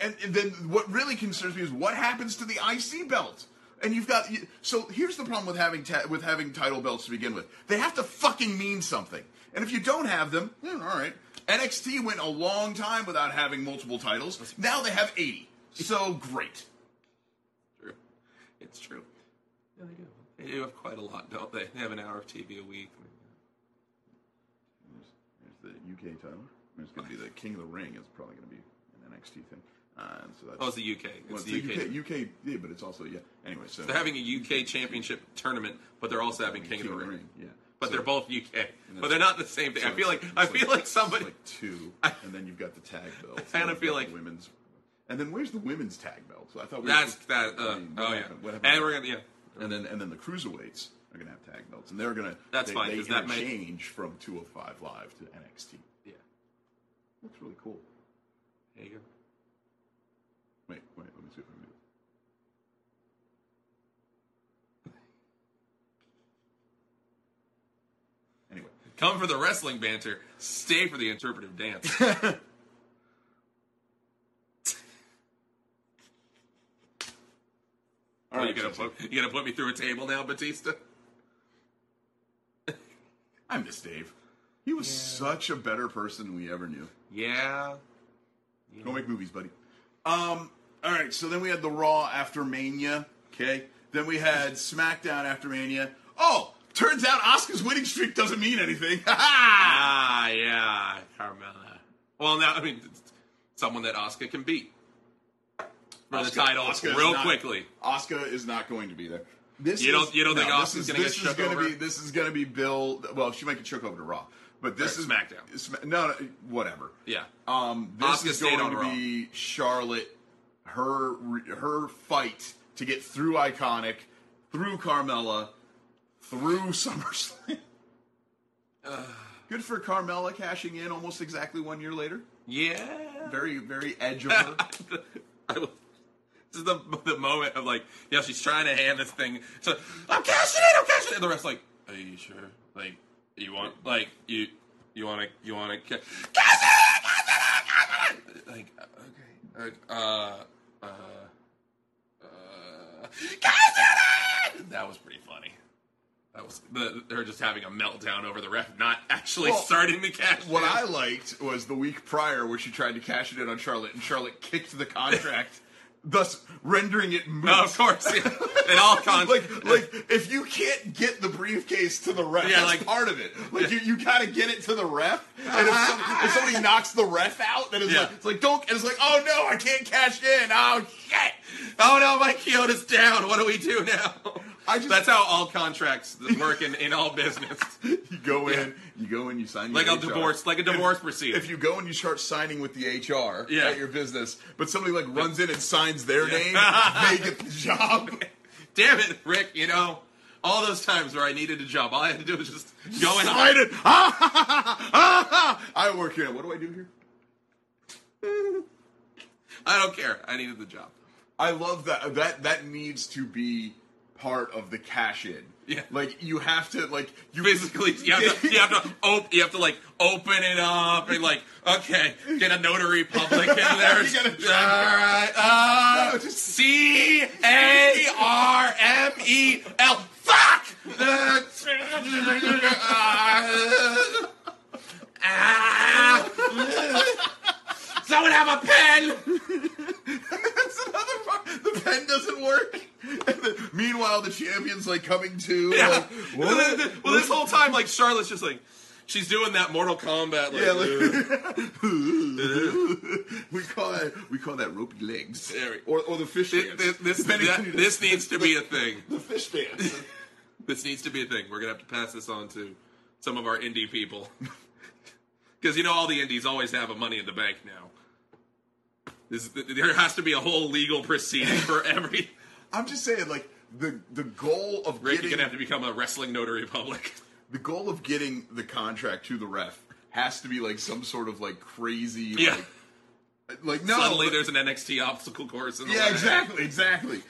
and, and then what really concerns me is what happens to the IC belt. And you've got you- so here's the problem with having ta- with having title belts to begin with. They have to fucking mean something. And if you don't have them, hmm, all right. NXT went a long time without having multiple titles. Now they have 80. So great.
True. It's true. Yeah, they do. They do have quite a lot, don't they? They have an hour of TV a week.
There's the UK title. There's going to be the King of the Ring. It's probably going to be an NXT thing. Uh, so that's,
Oh, it's the UK. It's
well, it's
the UK.
UK, UK, yeah, but it's also yeah. Anyway, so
They're having a UK championship tournament, but they're also having King of the Ring.
yeah.
But
So-
they're both UK.
that's-
But they're not the same thing.
so
I feel like
it's
I feel like
it's
somebody.
like two, and then you've got the tag belt. and
kinda
then you've
feel
got
like-
the women's, and then where's the women's tag belt? So I thought we were
That's
just-
that.
I
Uh,
mean, what
oh yeah.
happened- what happened
And
to
we're
that?
gonna yeah.
and then and then the cruiserweights are going to have tag belts, and they're going to
That's
they,
fine,
They
'cause that may-
change from 205 Live to NXT.
Yeah.
That's really cool.
There you go.
Wait, wait, let me see if I can do it. Anyway,
Come for the wrestling banter. Stay for the interpretive dance.
all
you
right.
gonna
Jesse.
put you gonna put me through a table now, Batista?
I miss Dave. He was such a better person than we ever knew.
Yeah.
Go make movies, buddy. Um, all right, so then we had the Raw after Mania, okay? Then we had SmackDown after Mania. Oh, turns out Oscar's winning streak doesn't mean anything. Ha ha!
Ah, yeah, Carmella. Well, now I mean, it's someone that Oscar can beat. for
Asuka-
the title
Asuka is
real
not-
quickly.
Oscar is not going to be there. This
You don't- you don't think
this
Asuka's
is-
gonna get
this is
shook
gonna
over?
Be, this is going to be Bill. Well, she might get shook over to Raw, but this
Or
is
SmackDown.
Sma- no, no, whatever.
Yeah.
Um, this
Asuka
is
stayed
going
on
to
Raw.
be Charlotte. Her her fight to get through Iconic, through Carmella, through SummerSlam. Good for Carmella cashing in almost exactly one year later.
Yeah.
Very very edge of her.
I will, this is the, the moment of like, yeah, she's trying to hand this thing. So I'm cashing in, I'm cashing in. And the rest like, are you sure? Like, you want like you you want to you want to ca- cash it in, cash it in, cash it in. Like, okay, like, uh, uh, uh, cash it in. That was pretty funny. That was the, her just having a meltdown over the ref not actually
Well,
starting the cash.
What
in.
I liked was the week prior where she tried to cash it in on Charlotte, and Charlotte kicked the contract, thus rendering it moot.
No, of course, yeah. in all con-
Like, like if you can't get the briefcase to the ref,
Yeah,
yeah, like
like-
part of it. Like, you, you gotta get it to the ref. And if, some, if somebody knocks the ref out, then it's
Uh-huh. Yeah.
like it's like don't. And it's like, oh no, I can't cash in. Oh shit.
Oh no, my Kyoto's down. What do we do now?
I just-
That's how all contracts work in, in all business.
You go in, you go in, you sign.
Like
your
a
HR.
divorce, like a divorce proceeding.
if you go and you start signing with the HR
Yeah.
at your business, but somebody like runs in and signs their
Yeah.
name, they get the job.
Damn it, Rick, you know, all those times where I needed a job, all I had to do was just go in.
Sign it. Ah, ha, ha, ha, ah, ha. I work here. What do I do here?
I don't care. I needed the job.
I love that. uh, That that needs to be part of the cash in.
Yeah.
Like you have to like you
Basically, you have to, you have to, op- you have to like open it up and like, okay, get a notary public in there.
You gotta-
all right, uh,
No, just-
C A R M E L. Fuck! Someone have a pen!
That's another part. The pen doesn't work. And the, meanwhile, the champion's like coming to.
Yeah.
Like,
Well,
what?
th- th- well, this whole time, like, Charlotte's just like, she's doing that Mortal Kombat, like,
Yeah, like- we call that we call that ropey legs,
There we-
or or the fish
Th-
dance.
th- this,
Depending
that-
on who-
this needs to be a thing.
the fish dance.
This needs to be a thing. We're gonna have to pass this on to some of our indie people, because you know all the indies always have a money in the bank now. This, there has to be a whole legal proceeding for every.
I'm just saying, like the the goal of
Rick, you're
getting
gonna have to become a wrestling notary public.
the goal of getting the contract to the ref has to be like some sort of like crazy
Yeah.
like like no
Suddenly,
but-
there's an NXT obstacle course in the
yeah
way.
exactly exactly.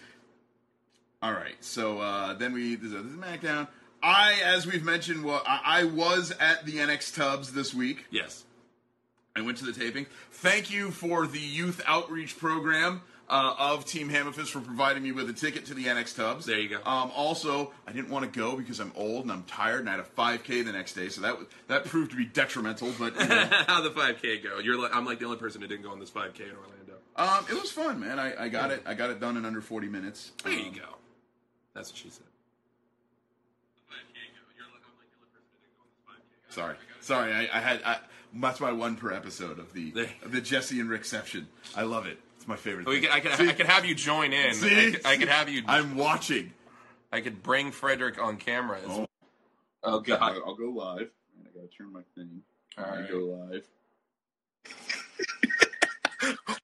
All right, so uh, then we this is SmackDown. I, as we've mentioned, well, I, I was at the NX Tubs this week.
Yes.
I went to the taping. Thank you for the youth outreach program uh, of Team Hammerfist for providing me with a ticket to the NX Tubs.
There you go.
Um, also, I didn't want to go because I'm old and I'm tired, and I had a 5K the next day, so that was, that proved to be detrimental. But you know,
How the 5K go? You're like, I'm like the only person who didn't go on this 5K in Orlando.
um, it was fun, man. I, I got it. I got it done in under 40 minutes.
There you
Um,
go. That's what she said.
Sorry, sorry. I, I had I, that's my one per episode of the
There.
of the Jesse and Rickception. I love it. It's my favorite.
We
thing.
could, I could, I could have you join in. I,
See?
could, I could have you.
I'm watching.
I could bring Frederick on camera. As
Oh.
Oh, God.
I'll go live. And I gotta turn my thing.
All right. Oh
go live.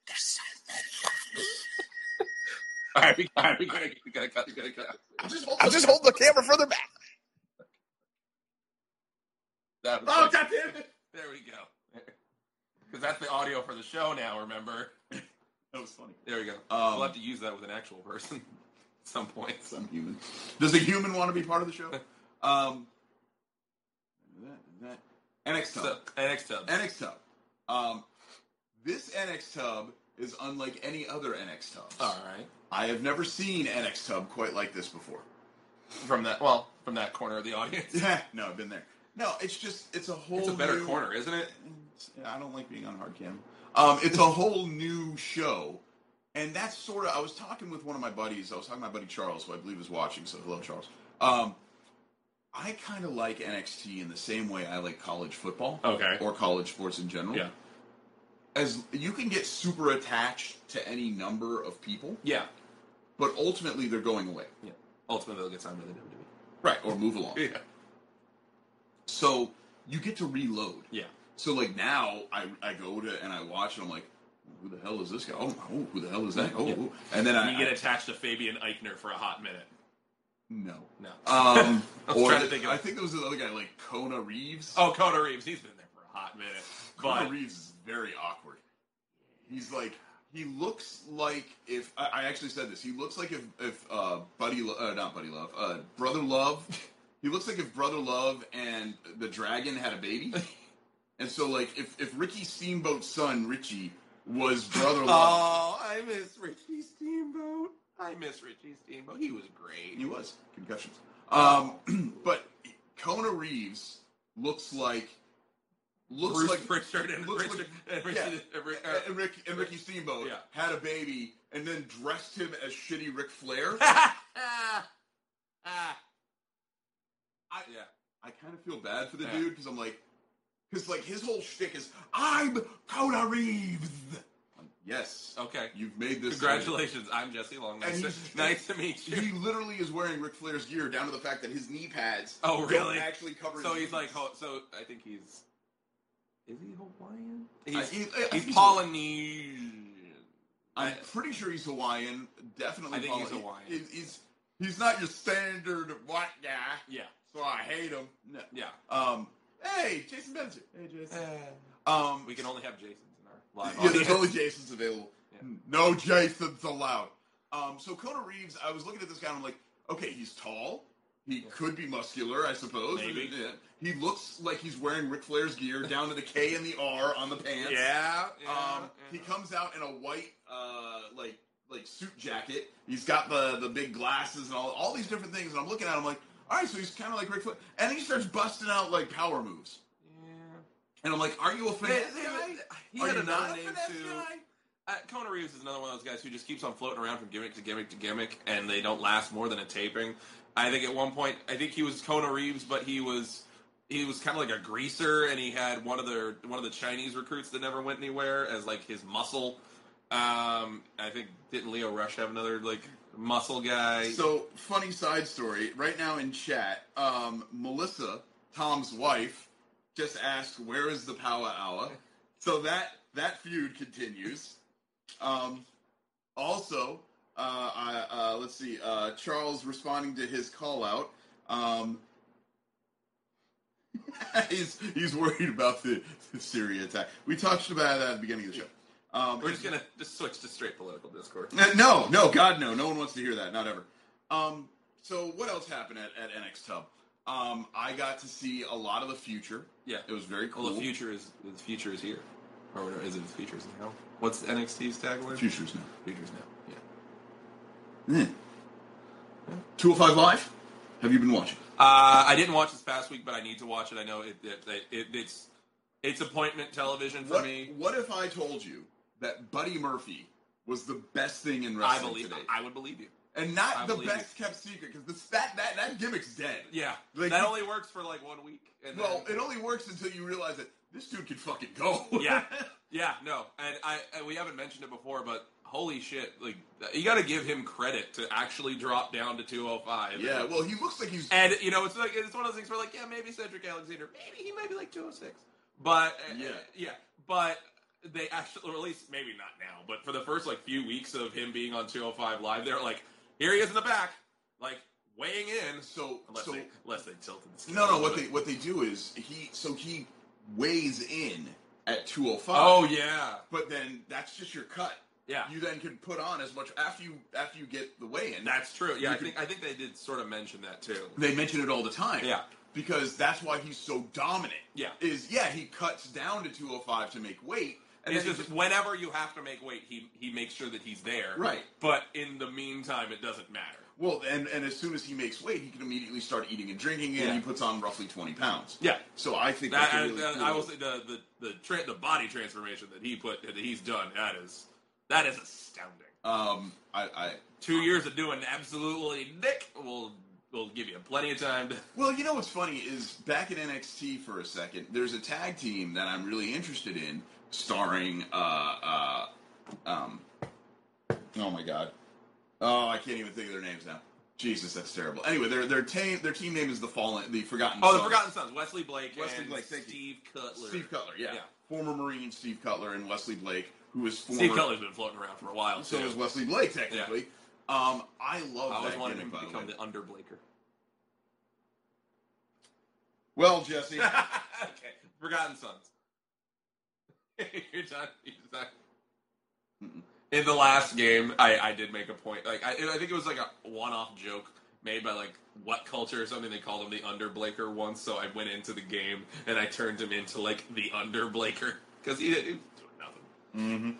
All right, we got, we got, we got, we got, we got, we got.
I'm just holding the camera further back.
That was
Oh
like-
God damn it!
There we go. Because that's the audio for the show now. Remember?
That was funny.
There we go.
Um,
we'll have to use that with an actual person at some point.
Some human. Does the human want to be part of the show? Um, that, that. NX
So,
Tub.
NX Tub.
NX Tub. Um, this NX Tub is unlike any other NX Tub.
All right.
I have never seen NX Tub quite like this before.
From that, well, from that corner of the audience,
no, I've been there. No, it's just it's a whole.
it's a better
new-
corner, isn't it?
I don't like being on hard cam. Um, it's a whole new show, and that's sort of. I was talking with one of my buddies. I was talking to my buddy Charles, who I believe is watching. So hello, Charles. Um, I kind of like NXT in the same way I like college football,
Okay.
or college sports in general. as you can get super attached to any number of people,
Yeah.
but ultimately they're going away.
Yeah. Ultimately, they'll get signed by the E. WWE.
Right, or move along.
Yeah.
So you get to reload.
Yeah.
So like now I, I go to and I watch and I'm like, who the hell is this guy? Oh, oh who the hell is that? Oh,
Yeah.
oh. and then I
you get
I-
attached to Fabian Eichner for a hot minute.
no.
No.
Um,
I was
or
trying to
the-
think of-
I think there was the other guy like Kona Reeves.
Oh, Kona Reeves, he's been there for a hot minute.
Kona
But
Reeves is very awkward. He's like he looks like if I, I actually said this. He looks like if if uh, Buddy Lo- uh, not Buddy Love, uh, Brother Love. he looks like if Brother Love and the Dragon had a baby. and so like if if Ricky Steamboat's son Richie was Brother Love,
Oh, I miss Richie Steamboat. I miss Richie Steamboat. He was great.
he was concussions. Um, but Kona Reeves looks like looks
Bruce
like
Pritchard and
looks
Richard.
like-
and Richard-
yeah.
and Rick-
and, and Rick and Ricky Steamboat
Yeah.
had a baby and then dressed him as shitty Ric Flair.
Ah. I- yeah.
I kind of feel bad for the
Yeah.
dude because I'm like, because like his whole shtick is I'm Kona Reeves. I'm, yes,
Okay.
you've made this.
Oh. Congratulations. I'm Jesse Long. Nice,
And
to,
he's-
nice to meet you.
He literally is wearing Ric Flair's gear down to the fact that his knee pads
Oh, really?
don't actually cover.
so
his
he's
knees.
like, oh, ho- so I think he's. Is he Hawaiian? He's,
I- he- I- I think
he's Polynesian.
I'm pretty sure he's Hawaiian. Definitely,
I think he's
Polynesian.
Hawaiian.
He- he's he's not your standard white guy.
Yeah.
So I hate him. No.
Yeah.
Um. Hey, Jason Benzer. Hey, Jason.
Um, we can only have Jasons in our live
Yeah,
audience.
there's only Jason's available.
Yeah.
No Jason's allowed. Um, so Kona Reeves, I was looking at this guy and I'm like, okay, he's tall. He could be muscular, I suppose.
Maybe.
Yeah. He looks like he's wearing Ric Flair's gear down to the K and the R on the pants.
yeah, yeah,
Um,
yeah.
He comes out in a white, uh, like, like suit jacket. He's got the the big glasses and all all these different things. And I'm looking at him like, all right, so he's kind of like Ric Flair. And then he starts busting out like power moves.
Yeah.
And I'm like, are you a
They-
finesse
they-
guy?
he
Are
had
you
another
not a
name
finesse
too.
guy?
Uh, Kona Reeves is another one of those guys who just keeps on floating around from gimmick to gimmick to gimmick, and they don't last more than a taping. I think at one point, I think he was Kona Reeves, but he was he was kind of like a greaser, and he had one of the one of the Chinese recruits that never went anywhere as like his muscle. Um, I think didn't Leo Rush have another like muscle guy?
So, funny side story. Right now in chat, um, Melissa, Tom's wife, just asked, "Where is the Power Hour?" So that that feud continues. Um, also, uh, I, uh, let's see. Uh, Charles responding to his call out. Um, he's he's worried about the, the Syria attack. We talked about that at the beginning of the show. Um,
We're just gonna just switch to straight political discourse.
Uh, No, no, God, no. No one wants to hear that. Not ever. Um, so what else happened at, at NX Tub? Um, I got to see a lot of the future.
Yeah.
It was very cool.
Well, the future is the future is here, or no, is it the future is now? What's NXT's tagline?
Futures now.
Futures now. Yeah.
Mm. 205 Live? Have you been watching?
Uh, I didn't watch this past week, but I need to watch it. I know it, it, it, it it's it's appointment television for
What,
me.
what if I told you that Buddy Murphy was the best thing in
I
wrestling
believe
today?
I would believe you.
and not
I
the
believe
best kept secret, because that, that, that gimmick's dead.
Yeah,
Like,
that
you-
only works for like one week. And
Well,
then-
it only works until you realize that this dude could fucking go.
yeah, yeah, no, and I and we haven't mentioned it before, but holy shit, like you got to give him credit to actually drop down to 205.
yeah, well, he looks like he's
And you know, it's like it's one of those things where like, yeah, maybe Cedric Alexander, maybe he might be like 206, but uh, yeah,
Yeah.
but they actually, or at least maybe not now, but for the first like few weeks of him being on 205 live, they're like, here he is in the back, like weighing in.
So,
Unless
so
they unless they tilt him.
no, no. What they what they do is he so he weighs in at two hundred five.
Oh yeah,
but then that's just your cut.
yeah.
You then can put on as much after you after you get the weigh in.
that's true.
You
Yeah, I
can-
think I think they did sort of mention that too.
they mention it all the time.
Yeah.
because that's why he's so dominant.
Yeah.
is yeah he cuts down to two hundred five to make weight, and
it's
then
just,
he just-
whenever you have to make weight, he he makes sure that he's there.
Right.
But in the meantime, it doesn't matter.
well, and and as soon as he makes weight, he can immediately start eating and drinking, and
Yeah.
he puts on roughly twenty pounds.
Yeah.
So I think
That,
that's a
I,
really
that-
cool-
I will say the the the, tra- the body transformation that he put that he's done that is that is astounding.
Um, I, I
Two years of doing absolutely Nick will will give you plenty of time to.
Well, you know what's funny is back at NXT for a second, there's a tag team that I'm really interested in starring uh, uh, um, oh my god, oh I can't even think of their names now. Jesus, that's terrible. Anyway, their their team their team name is the Fallen, the Forgotten.
Oh, the
Sons.
Forgotten Sons. Wesley Blake
Wesley
and
Blake, thank you.
Steve Cutler.
Steve Cutler, yeah.
Yeah.
former Marine Steve Cutler and Wesley Blake, who is former.
Steve Cutler's been floating around for a while.
So
too.
is Wesley Blake technically. Um, I love
I always
that
wanted
gimmick,
him to
by the
become
way.
the underblaker.
Well, Jesse,
okay, Forgotten Sons. you're done. You're done.
Mm-mm.
In the last game, I, I did make a point. Like I, I think it was like a one-off joke made by like what culture or something. They called him the Underblaker once. So I went into the game and I turned him into like the Underblaker because he, he was doing nothing.
mm-hmm.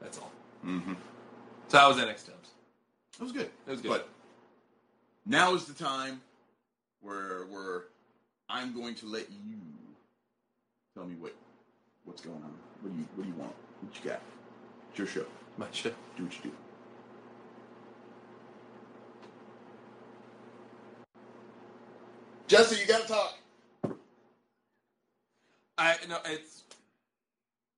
That's all.
Mm-hmm.
So that was NXT. Dubs.
It was good.
It was good.
But now is the time where where I'm going to let you tell me what what's going on. What do you what do you want? What you got? It's your show.
My shit.
Do what you do.
Jesse, you gotta talk.
I no, it's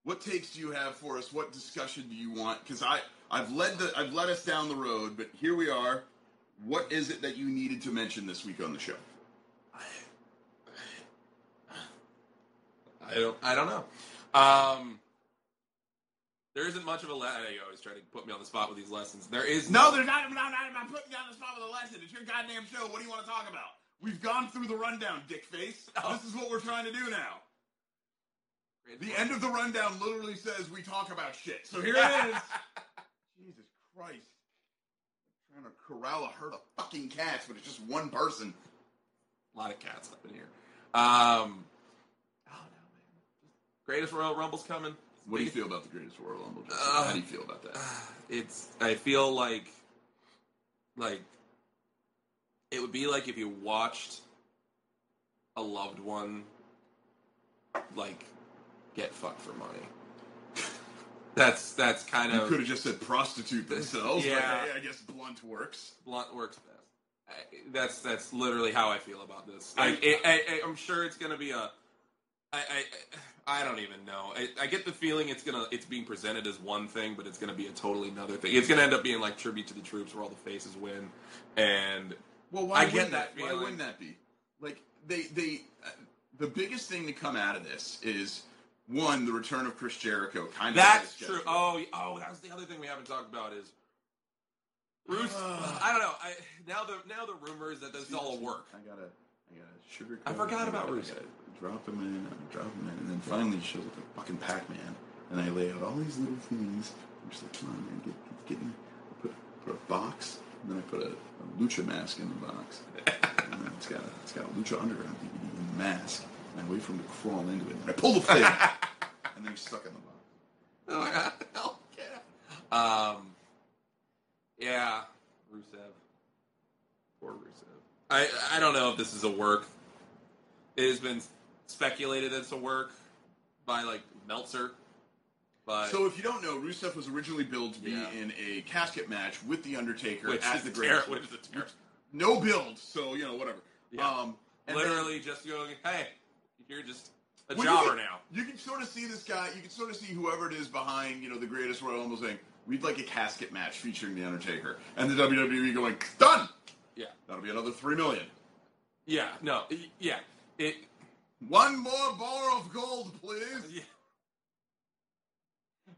What takes do you have for us? What discussion do you want? Because I I've led the I've led us down the road, but here we are. What is it that you needed to mention this week on the show?
I don't. I don't know. Um, there isn't much of a. Le- I know you always try to put me on the spot with these lessons. There is
No, there's not. I'm not, I'm not putting you on the spot with a lesson. It's your goddamn show. What do you want to talk about? We've gone through the rundown, dickface. This is what we're trying to do now. The end of the rundown literally says we talk about shit. So here it is. Jesus Christ. I'm trying to corral a herd of fucking cats, but it's just one person.
a lot of cats up in here. Um, oh no, man. Greatest Royal Rumble's coming.
What do you feel about the greatest Royal Rumble? Justin?
Uh,
How do you feel about that?
It's. I feel like, like, it would be like if you watched a loved one, like, get fucked for money. that's that's kind
You
of
could have just said prostitute themselves. but
Yeah.
hey, I guess blunt works.
blunt works best. I, that's that's literally how I feel about this. I, I, I, I, am sure it's gonna be a. I, I I don't even know. I, I get the feeling it's gonna it's being presented as one thing, but it's gonna be a totally another thing. It's gonna end up being like tribute to the troops, where all the faces win, and
Well,
I
why
get
wouldn't
that
that? Why
feeling.
wouldn't that be? Like they they uh, the biggest thing to come out of this is one the return of Chris Jericho. Kind of
that's
as
true.
Jericho.
Oh y- oh, that was the other thing we haven't talked about is. Roots, I don't know. I now the now the rumors that this is all a work.
I gotta I gotta sugar.
I forgot about Rusev.
Drop him in, I drop him in, and then finally he shows up like fucking Pac Man, and I lay out all these little things. I'm just like, come on, man, get get in. I put put a box, and then I put a, a lucha mask in the box. and then it's got a, it's got a lucha underground DVD in the mask, and I wait for him to crawl into it, and I pull the thing, and then he's stuck in the box.
Oh, yeah. Oh, yeah. Um, yeah, Rusev. Poor Rusev. I, I don't know if this is a work. It has been speculated it's a work by, like, Meltzer. But
So if you don't know, Rusev was originally billed to be
Yeah.
in a casket match with the Undertaker
which,
at
is
the
a
Great.
ter- which is a ter-
no build, so you know whatever.
Yeah.
Um, and then-
Literally just going, hey, you're just a
Well, you
jobber
can-
now.
You can sort of see this guy. You can sort of see whoever it is behind, you know, the greatest Royal Rumble saying, "We'd like a casket match featuring the Undertaker," and the WWE going, "Done."
Yeah.
That'll be another three million.
Yeah, no, y- yeah. It,
One more bar of gold, please.
yeah.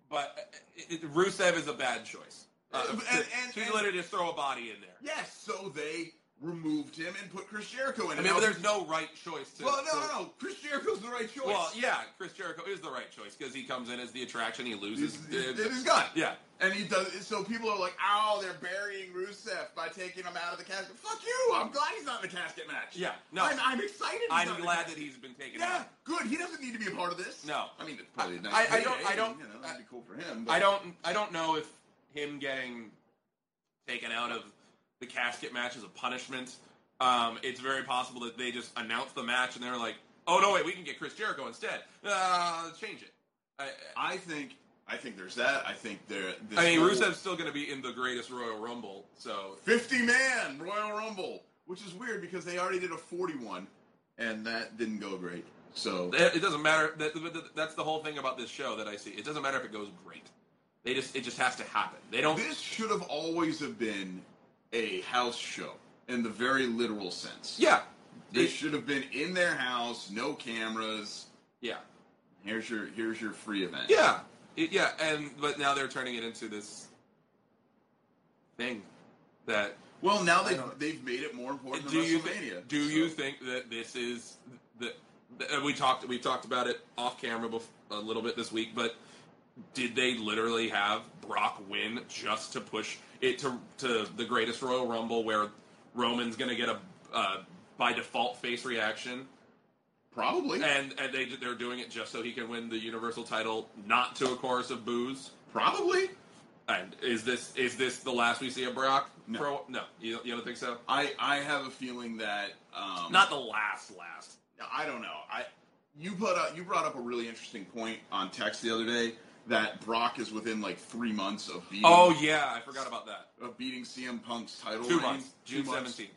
But uh, it, it, Rusev is a bad choice. Uh,
And-
to,
and-
to
and-
literally just throw a body in there.
Yes. So they removed him and put Chris Jericho in.
I
And
mean,
now-
but there's no right choice to.
Well, no,
to-
no, no. Chris Jericho's the right choice.
Well, yeah, Chris Jericho is the right choice because he comes in as the attraction, he loses.
He's, he's,
uh,
he's gone.
yeah,
And he does. So people are like, "Oh, they're burying Rusev by taking him out of the casket." Fuck you! I'm glad he's not in the casket match.
Yeah, no.
I'm, I'm excited. he's not in
I'm
the
glad
casket
that he's been taken
Yeah,
out.
good. He doesn't need to be a part of this.
No.
I mean it's probably a nice.
I- I don't-
payday,
I don't-
You know, that'd be cool for him. but-
I don't, I don't know if him getting taken out of the casket match is a punishment. Um, it's very possible that they just announced the match and they're like, "Oh no, wait, we can get Chris Jericho instead. Uh, change it." I,
I think. I think there's that. I think there. This
I mean,
whole
Rusev's still going to be in the greatest Royal Rumble, so
Fifty man Royal Rumble, which is weird because they already did a forty-one, and that didn't go great. So
It it doesn't matter. That- that- That's the whole thing about this show that I see. It doesn't matter if it goes great. They just it just has to happen. They don't.
this should have always have been a house show in the very literal sense.
Yeah.
This
It-
should have been in their house, no cameras.
yeah.
Here's your here's your free event.
Yeah, It- yeah, and but now they're turning it into this thing that.
Well, now they
don't-
they've made it more important
do
than
you
WrestleMania.
think? Do
so-
you think that this is that? And we talked we talked about it off camera bef- a little bit this week, but did they literally have Brock win just to push it to to the greatest Royal Rumble where Roman's going to get a uh, by default face reaction?
probably
And, and they, they're doing it just so he can win the Universal title, not to a chorus of boos.
probably?
And is this is this the last we see of Brock?
No.
Pro- no. You, don't- you don't think so?
I I have a feeling that um,
Not the last last.
I don't know. I you put up you brought up a really interesting point on text the other day that Brock is within like three months of beating
Oh yeah, I forgot about that.
of beating CM Punk's title.
Two
reign.
months, June
Two months.
seventeenth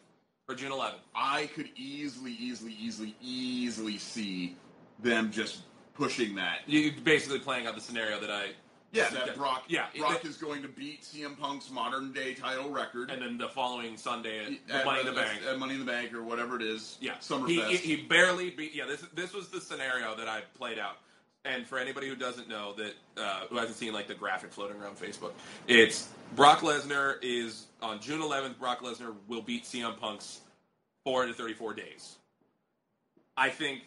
or June eleventh.
I could easily, easily, easily, easily see them just pushing that.
You are basically playing out the scenario that I
Yeah,
suggest-
that Brock.
Yeah,
Brock
it-
is going to beat CM Punk's modern day title record.
and then the following Sunday at,
At-
Money in the
at-
Bank.
At Money in the Bank or whatever it is.
Yeah, he,
Summerfest.
he, he barely beat. Yeah, this this was the scenario that I played out. And for anybody who doesn't know that uh, who hasn't seen like the graphic floating around Facebook, it's Brock Lesnar is on June 11th. Brock Lesnar will beat CM Punk's 434 days. I think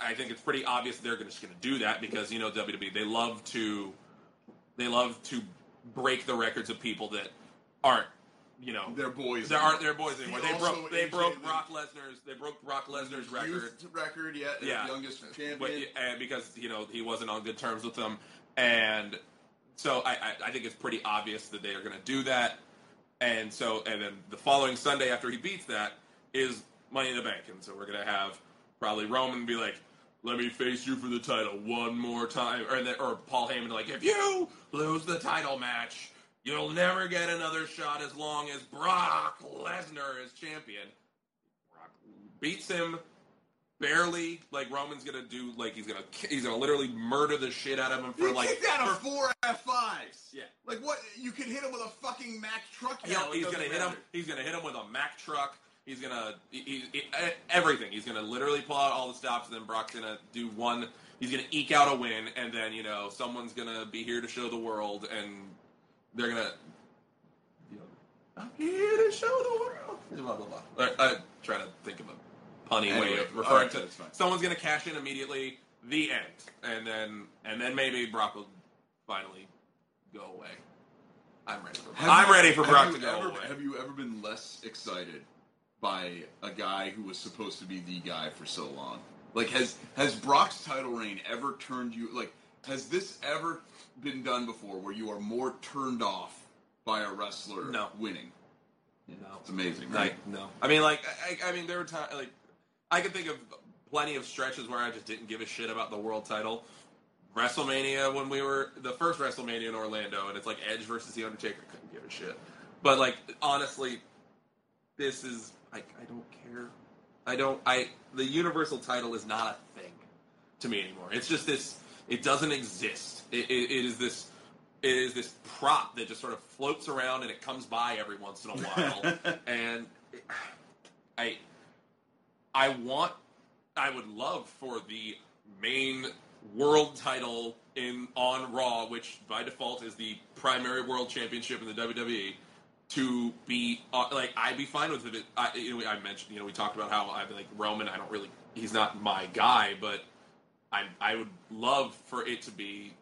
I think it's pretty obvious they're just going to do that because you know WWE they love to they love to break the records of people that aren't you know
They're boys.
there aren't their boys
He
anymore. They
also
broke. They
is
broke
in the-
Brock Lesnar's. They broke Brock Lesnar's record.
Youth record, yeah. the
Yeah.
Youngest champion.
But, and because you know he wasn't on good terms with them, and so I, I, I think it's pretty obvious that they are going to do that. And so, and then the following Sunday after he beats that is Money in the Bank, and so we're going to have probably Roman be like, "Let me face you for the title one more time," or the, or Paul Heyman like, "If you lose the title match." You'll never get another shot as long as Brock Lesnar is champion. Brock beats him barely. Like Roman's gonna do, like he's gonna he's gonna literally murder the shit out of him for
You
like.
kicked out of four F5s.
Yeah.
Like, what? You can hit him with a fucking Mack truck
he'll-
now. It
he's
doesn't
gonna hit him.
matter.
He's gonna hit him with a Mack truck. He's gonna he, he- he- everything. He's gonna literally pull out all the stops, and then Brock's gonna do one. He's gonna eke out a win, and then you know someone's gonna be here to show the world, and they're gonna. you know, I'm Here to show the world. Blah blah blah. I, I try to think of a punny way
Anyway,
of
all
referring
right,
to.
that's fine.
Someone's gonna cash in immediately. The end, and then and then maybe Brock will finally go away. I'm ready for.
Have
I'm
you-
ready for
have
Brock
you
to go
ever-
away.
Have you ever been less excited by a guy who was supposed to be the guy for so long? Like, has has Brock's title reign ever turned you? Like, has this ever been done before, where you are more turned off by a wrestler
No.
winning?
No.
It's amazing, right?
Like no. I mean, like I, I mean, there were times like I could think of plenty of stretches where I just didn't give a shit about the world title. WrestleMania when we were the first WrestleMania in Orlando, and it's like Edge versus the Undertaker. Couldn't give a shit. But like honestly, this is like I don't care. I don't. I the Universal title is not a thing to me anymore. It's just this. It doesn't exist. It, it, it is this. It is this prop that just sort of floats around and it comes by every once in a while. and it- I, I want. I would love for the main world title in on Raw, which by default is the primary world championship in the E, WWE, to be uh, like I'd be fine with it. I, you know, I mentioned you know we talked about how I'd be like Roman. I don't really. He's not my guy, but I I would love for it to be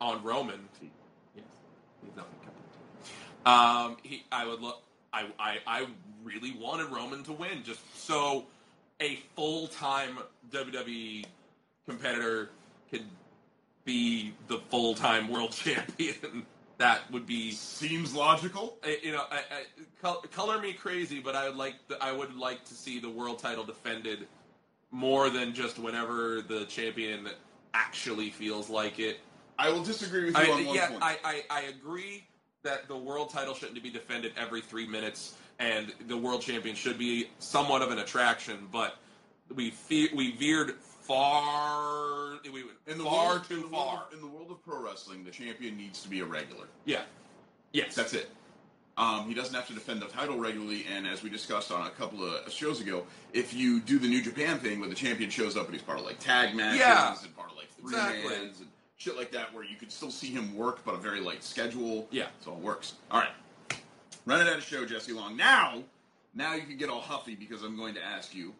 on Roman. Yes, he's nothing um, he, I would look. I, I, I really wanted Roman to win, just so a full time WWE E competitor could be the full time world champion. that would be,
Seems logical.
I- you know, I, I, col- color me crazy, but I would like the, I would like to see the world title defended more than just whenever the champion actually feels like it.
I will disagree with you
I,
on one
yeah,
point.
I, I, I agree that the world title shouldn't be defended every three minutes, and the world champion should be somewhat of an attraction. But we fe- we veered far we went
In the
far
world, in
too
the world-
far.
in the world of pro wrestling, the champion needs to be a regular.
yeah. Yes.
That's it. Um, he doesn't have to defend the title regularly, and as we discussed on a couple of shows ago, if you do the New Japan thing where the champion shows up and he's part of like tag matches
Yeah.
and part of like three
Exactly.
mans and shit like that, where you could still see him work but a very light schedule.
Yeah.
so it works. All right, running out of show, Jesse Long. Now, now you can get all huffy because I'm going to ask you,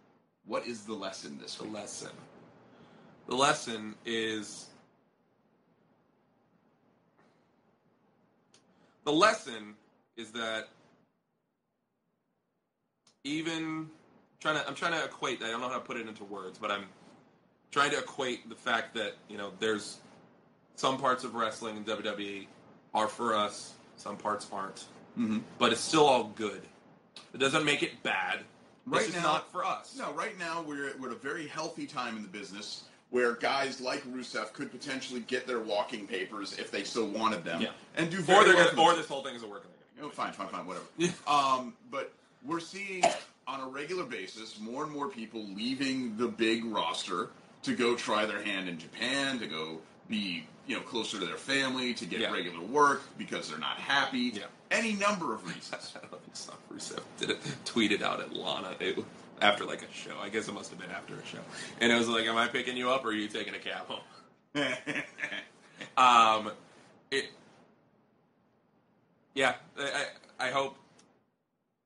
what is the lesson this
the
week?
lesson. The lesson is the lesson is that even trying to I'm trying to equate I don't know how to put it into words, but I'm trying to equate the fact that, you know, there's some parts of wrestling and WWE E are for us, some parts aren't.
Mhm.
But it's still all good. It doesn't make it bad.
Right
it's just
now-
not for us.
No, right now we're we're at a very healthy time in the business where guys like Rusev could potentially get their walking papers if they so wanted them,
Yeah.
and do
Or
very
they're
well for
gonna, or
themselves.
this whole thing is a work. and they're gonna
Oh, fine, fine, fine, whatever.
Yeah.
um, but we're seeing on a regular basis more and more people leaving the big roster to go try their hand in Japan, to go be you know closer to their family, to get
Yeah.
regular work because they're not happy.
Yeah.
Any number of reasons.
I don't know if it's not Rusev did it, tweeted out at Lana it, after like a show. I guess it must have been after a show, and it was like, "Am I picking you up, or are you taking a cab home?" Um, it, yeah, I, I, I hope.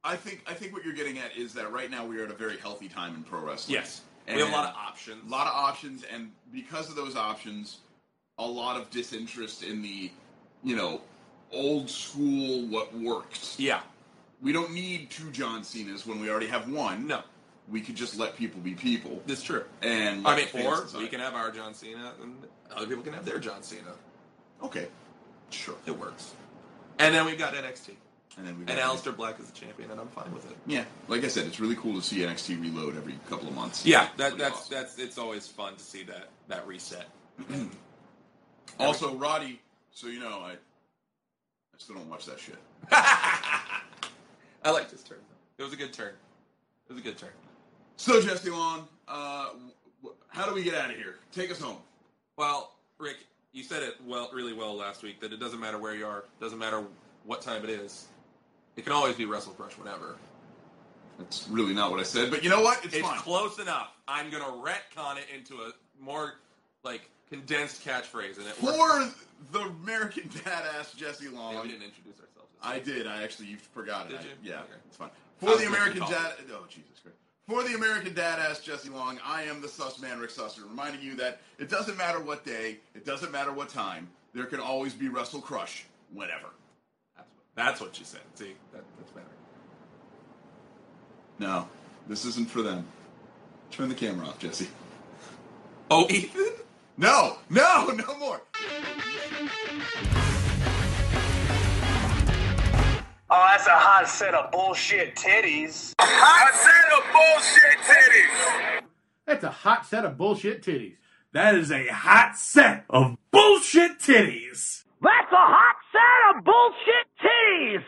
I think I think what you're getting at is that right now we are at a very healthy time in pro wrestling.
Yes, we have a
And-
lot of options.
a lot of options, and because of those options, a lot of disinterest in the, you know, old school what worked.
yeah,
We don't need two John Cena's when we already have one.
no,
we could just let people be people.
it's true.
And
I
let
mean,
the fans
or
decide.
we can have our John Cena, and other people can have their John Cena.
okay, sure.
It works. And then we've got NXT,
And then we
and Aleister Black is the champion, and I'm fine with it.
Yeah, like I said, it's really cool to see NXT reload every couple of months.
Yeah,
It's
that,
pretty
that's
awesome.
that's it's always fun to see that that reset.
Also, Roddy, so you know, I I still don't watch that shit.
I like this turn. It was a good turn. It was a good turn.
So, Jesse Long, uh, wh- how do we get out of here? Take us home.
Well, Rick, you said it well, really well last week that it doesn't matter where you are, doesn't matter what time it is. It can always be Wrestle Crush whenever.
That's really not what I said, but you know what? It's,
It's
fine.
close enough. I'm gonna retcon it into a more like condensed catchphrase, and it works.
For the American badass Jesse Long.
Yeah, we didn't introduce ourselves.
I did. I actually you forgot it.
Did
I-
you?
yeah,
Okay.
it's fine.
I
For
was
the American
drinking
dad. Oh Jesus Christ. For the American dadass Jesse Long, I am the sus man Rick Susser, reminding you that it doesn't matter what day, it doesn't matter what time, there can always be Wrestle Crush whenever.
That's what, that's what she said. See, that, that's better.
No, this isn't for them. Turn the camera off, Jesse.
Oh, Ethan.
No, no, no more.
Oh, that's a hot set of bullshit titties.
Hot set of bullshit titties.
That's a hot set of bullshit titties. That is a hot set of bullshit titties.
That's a hot set of bullshit titties.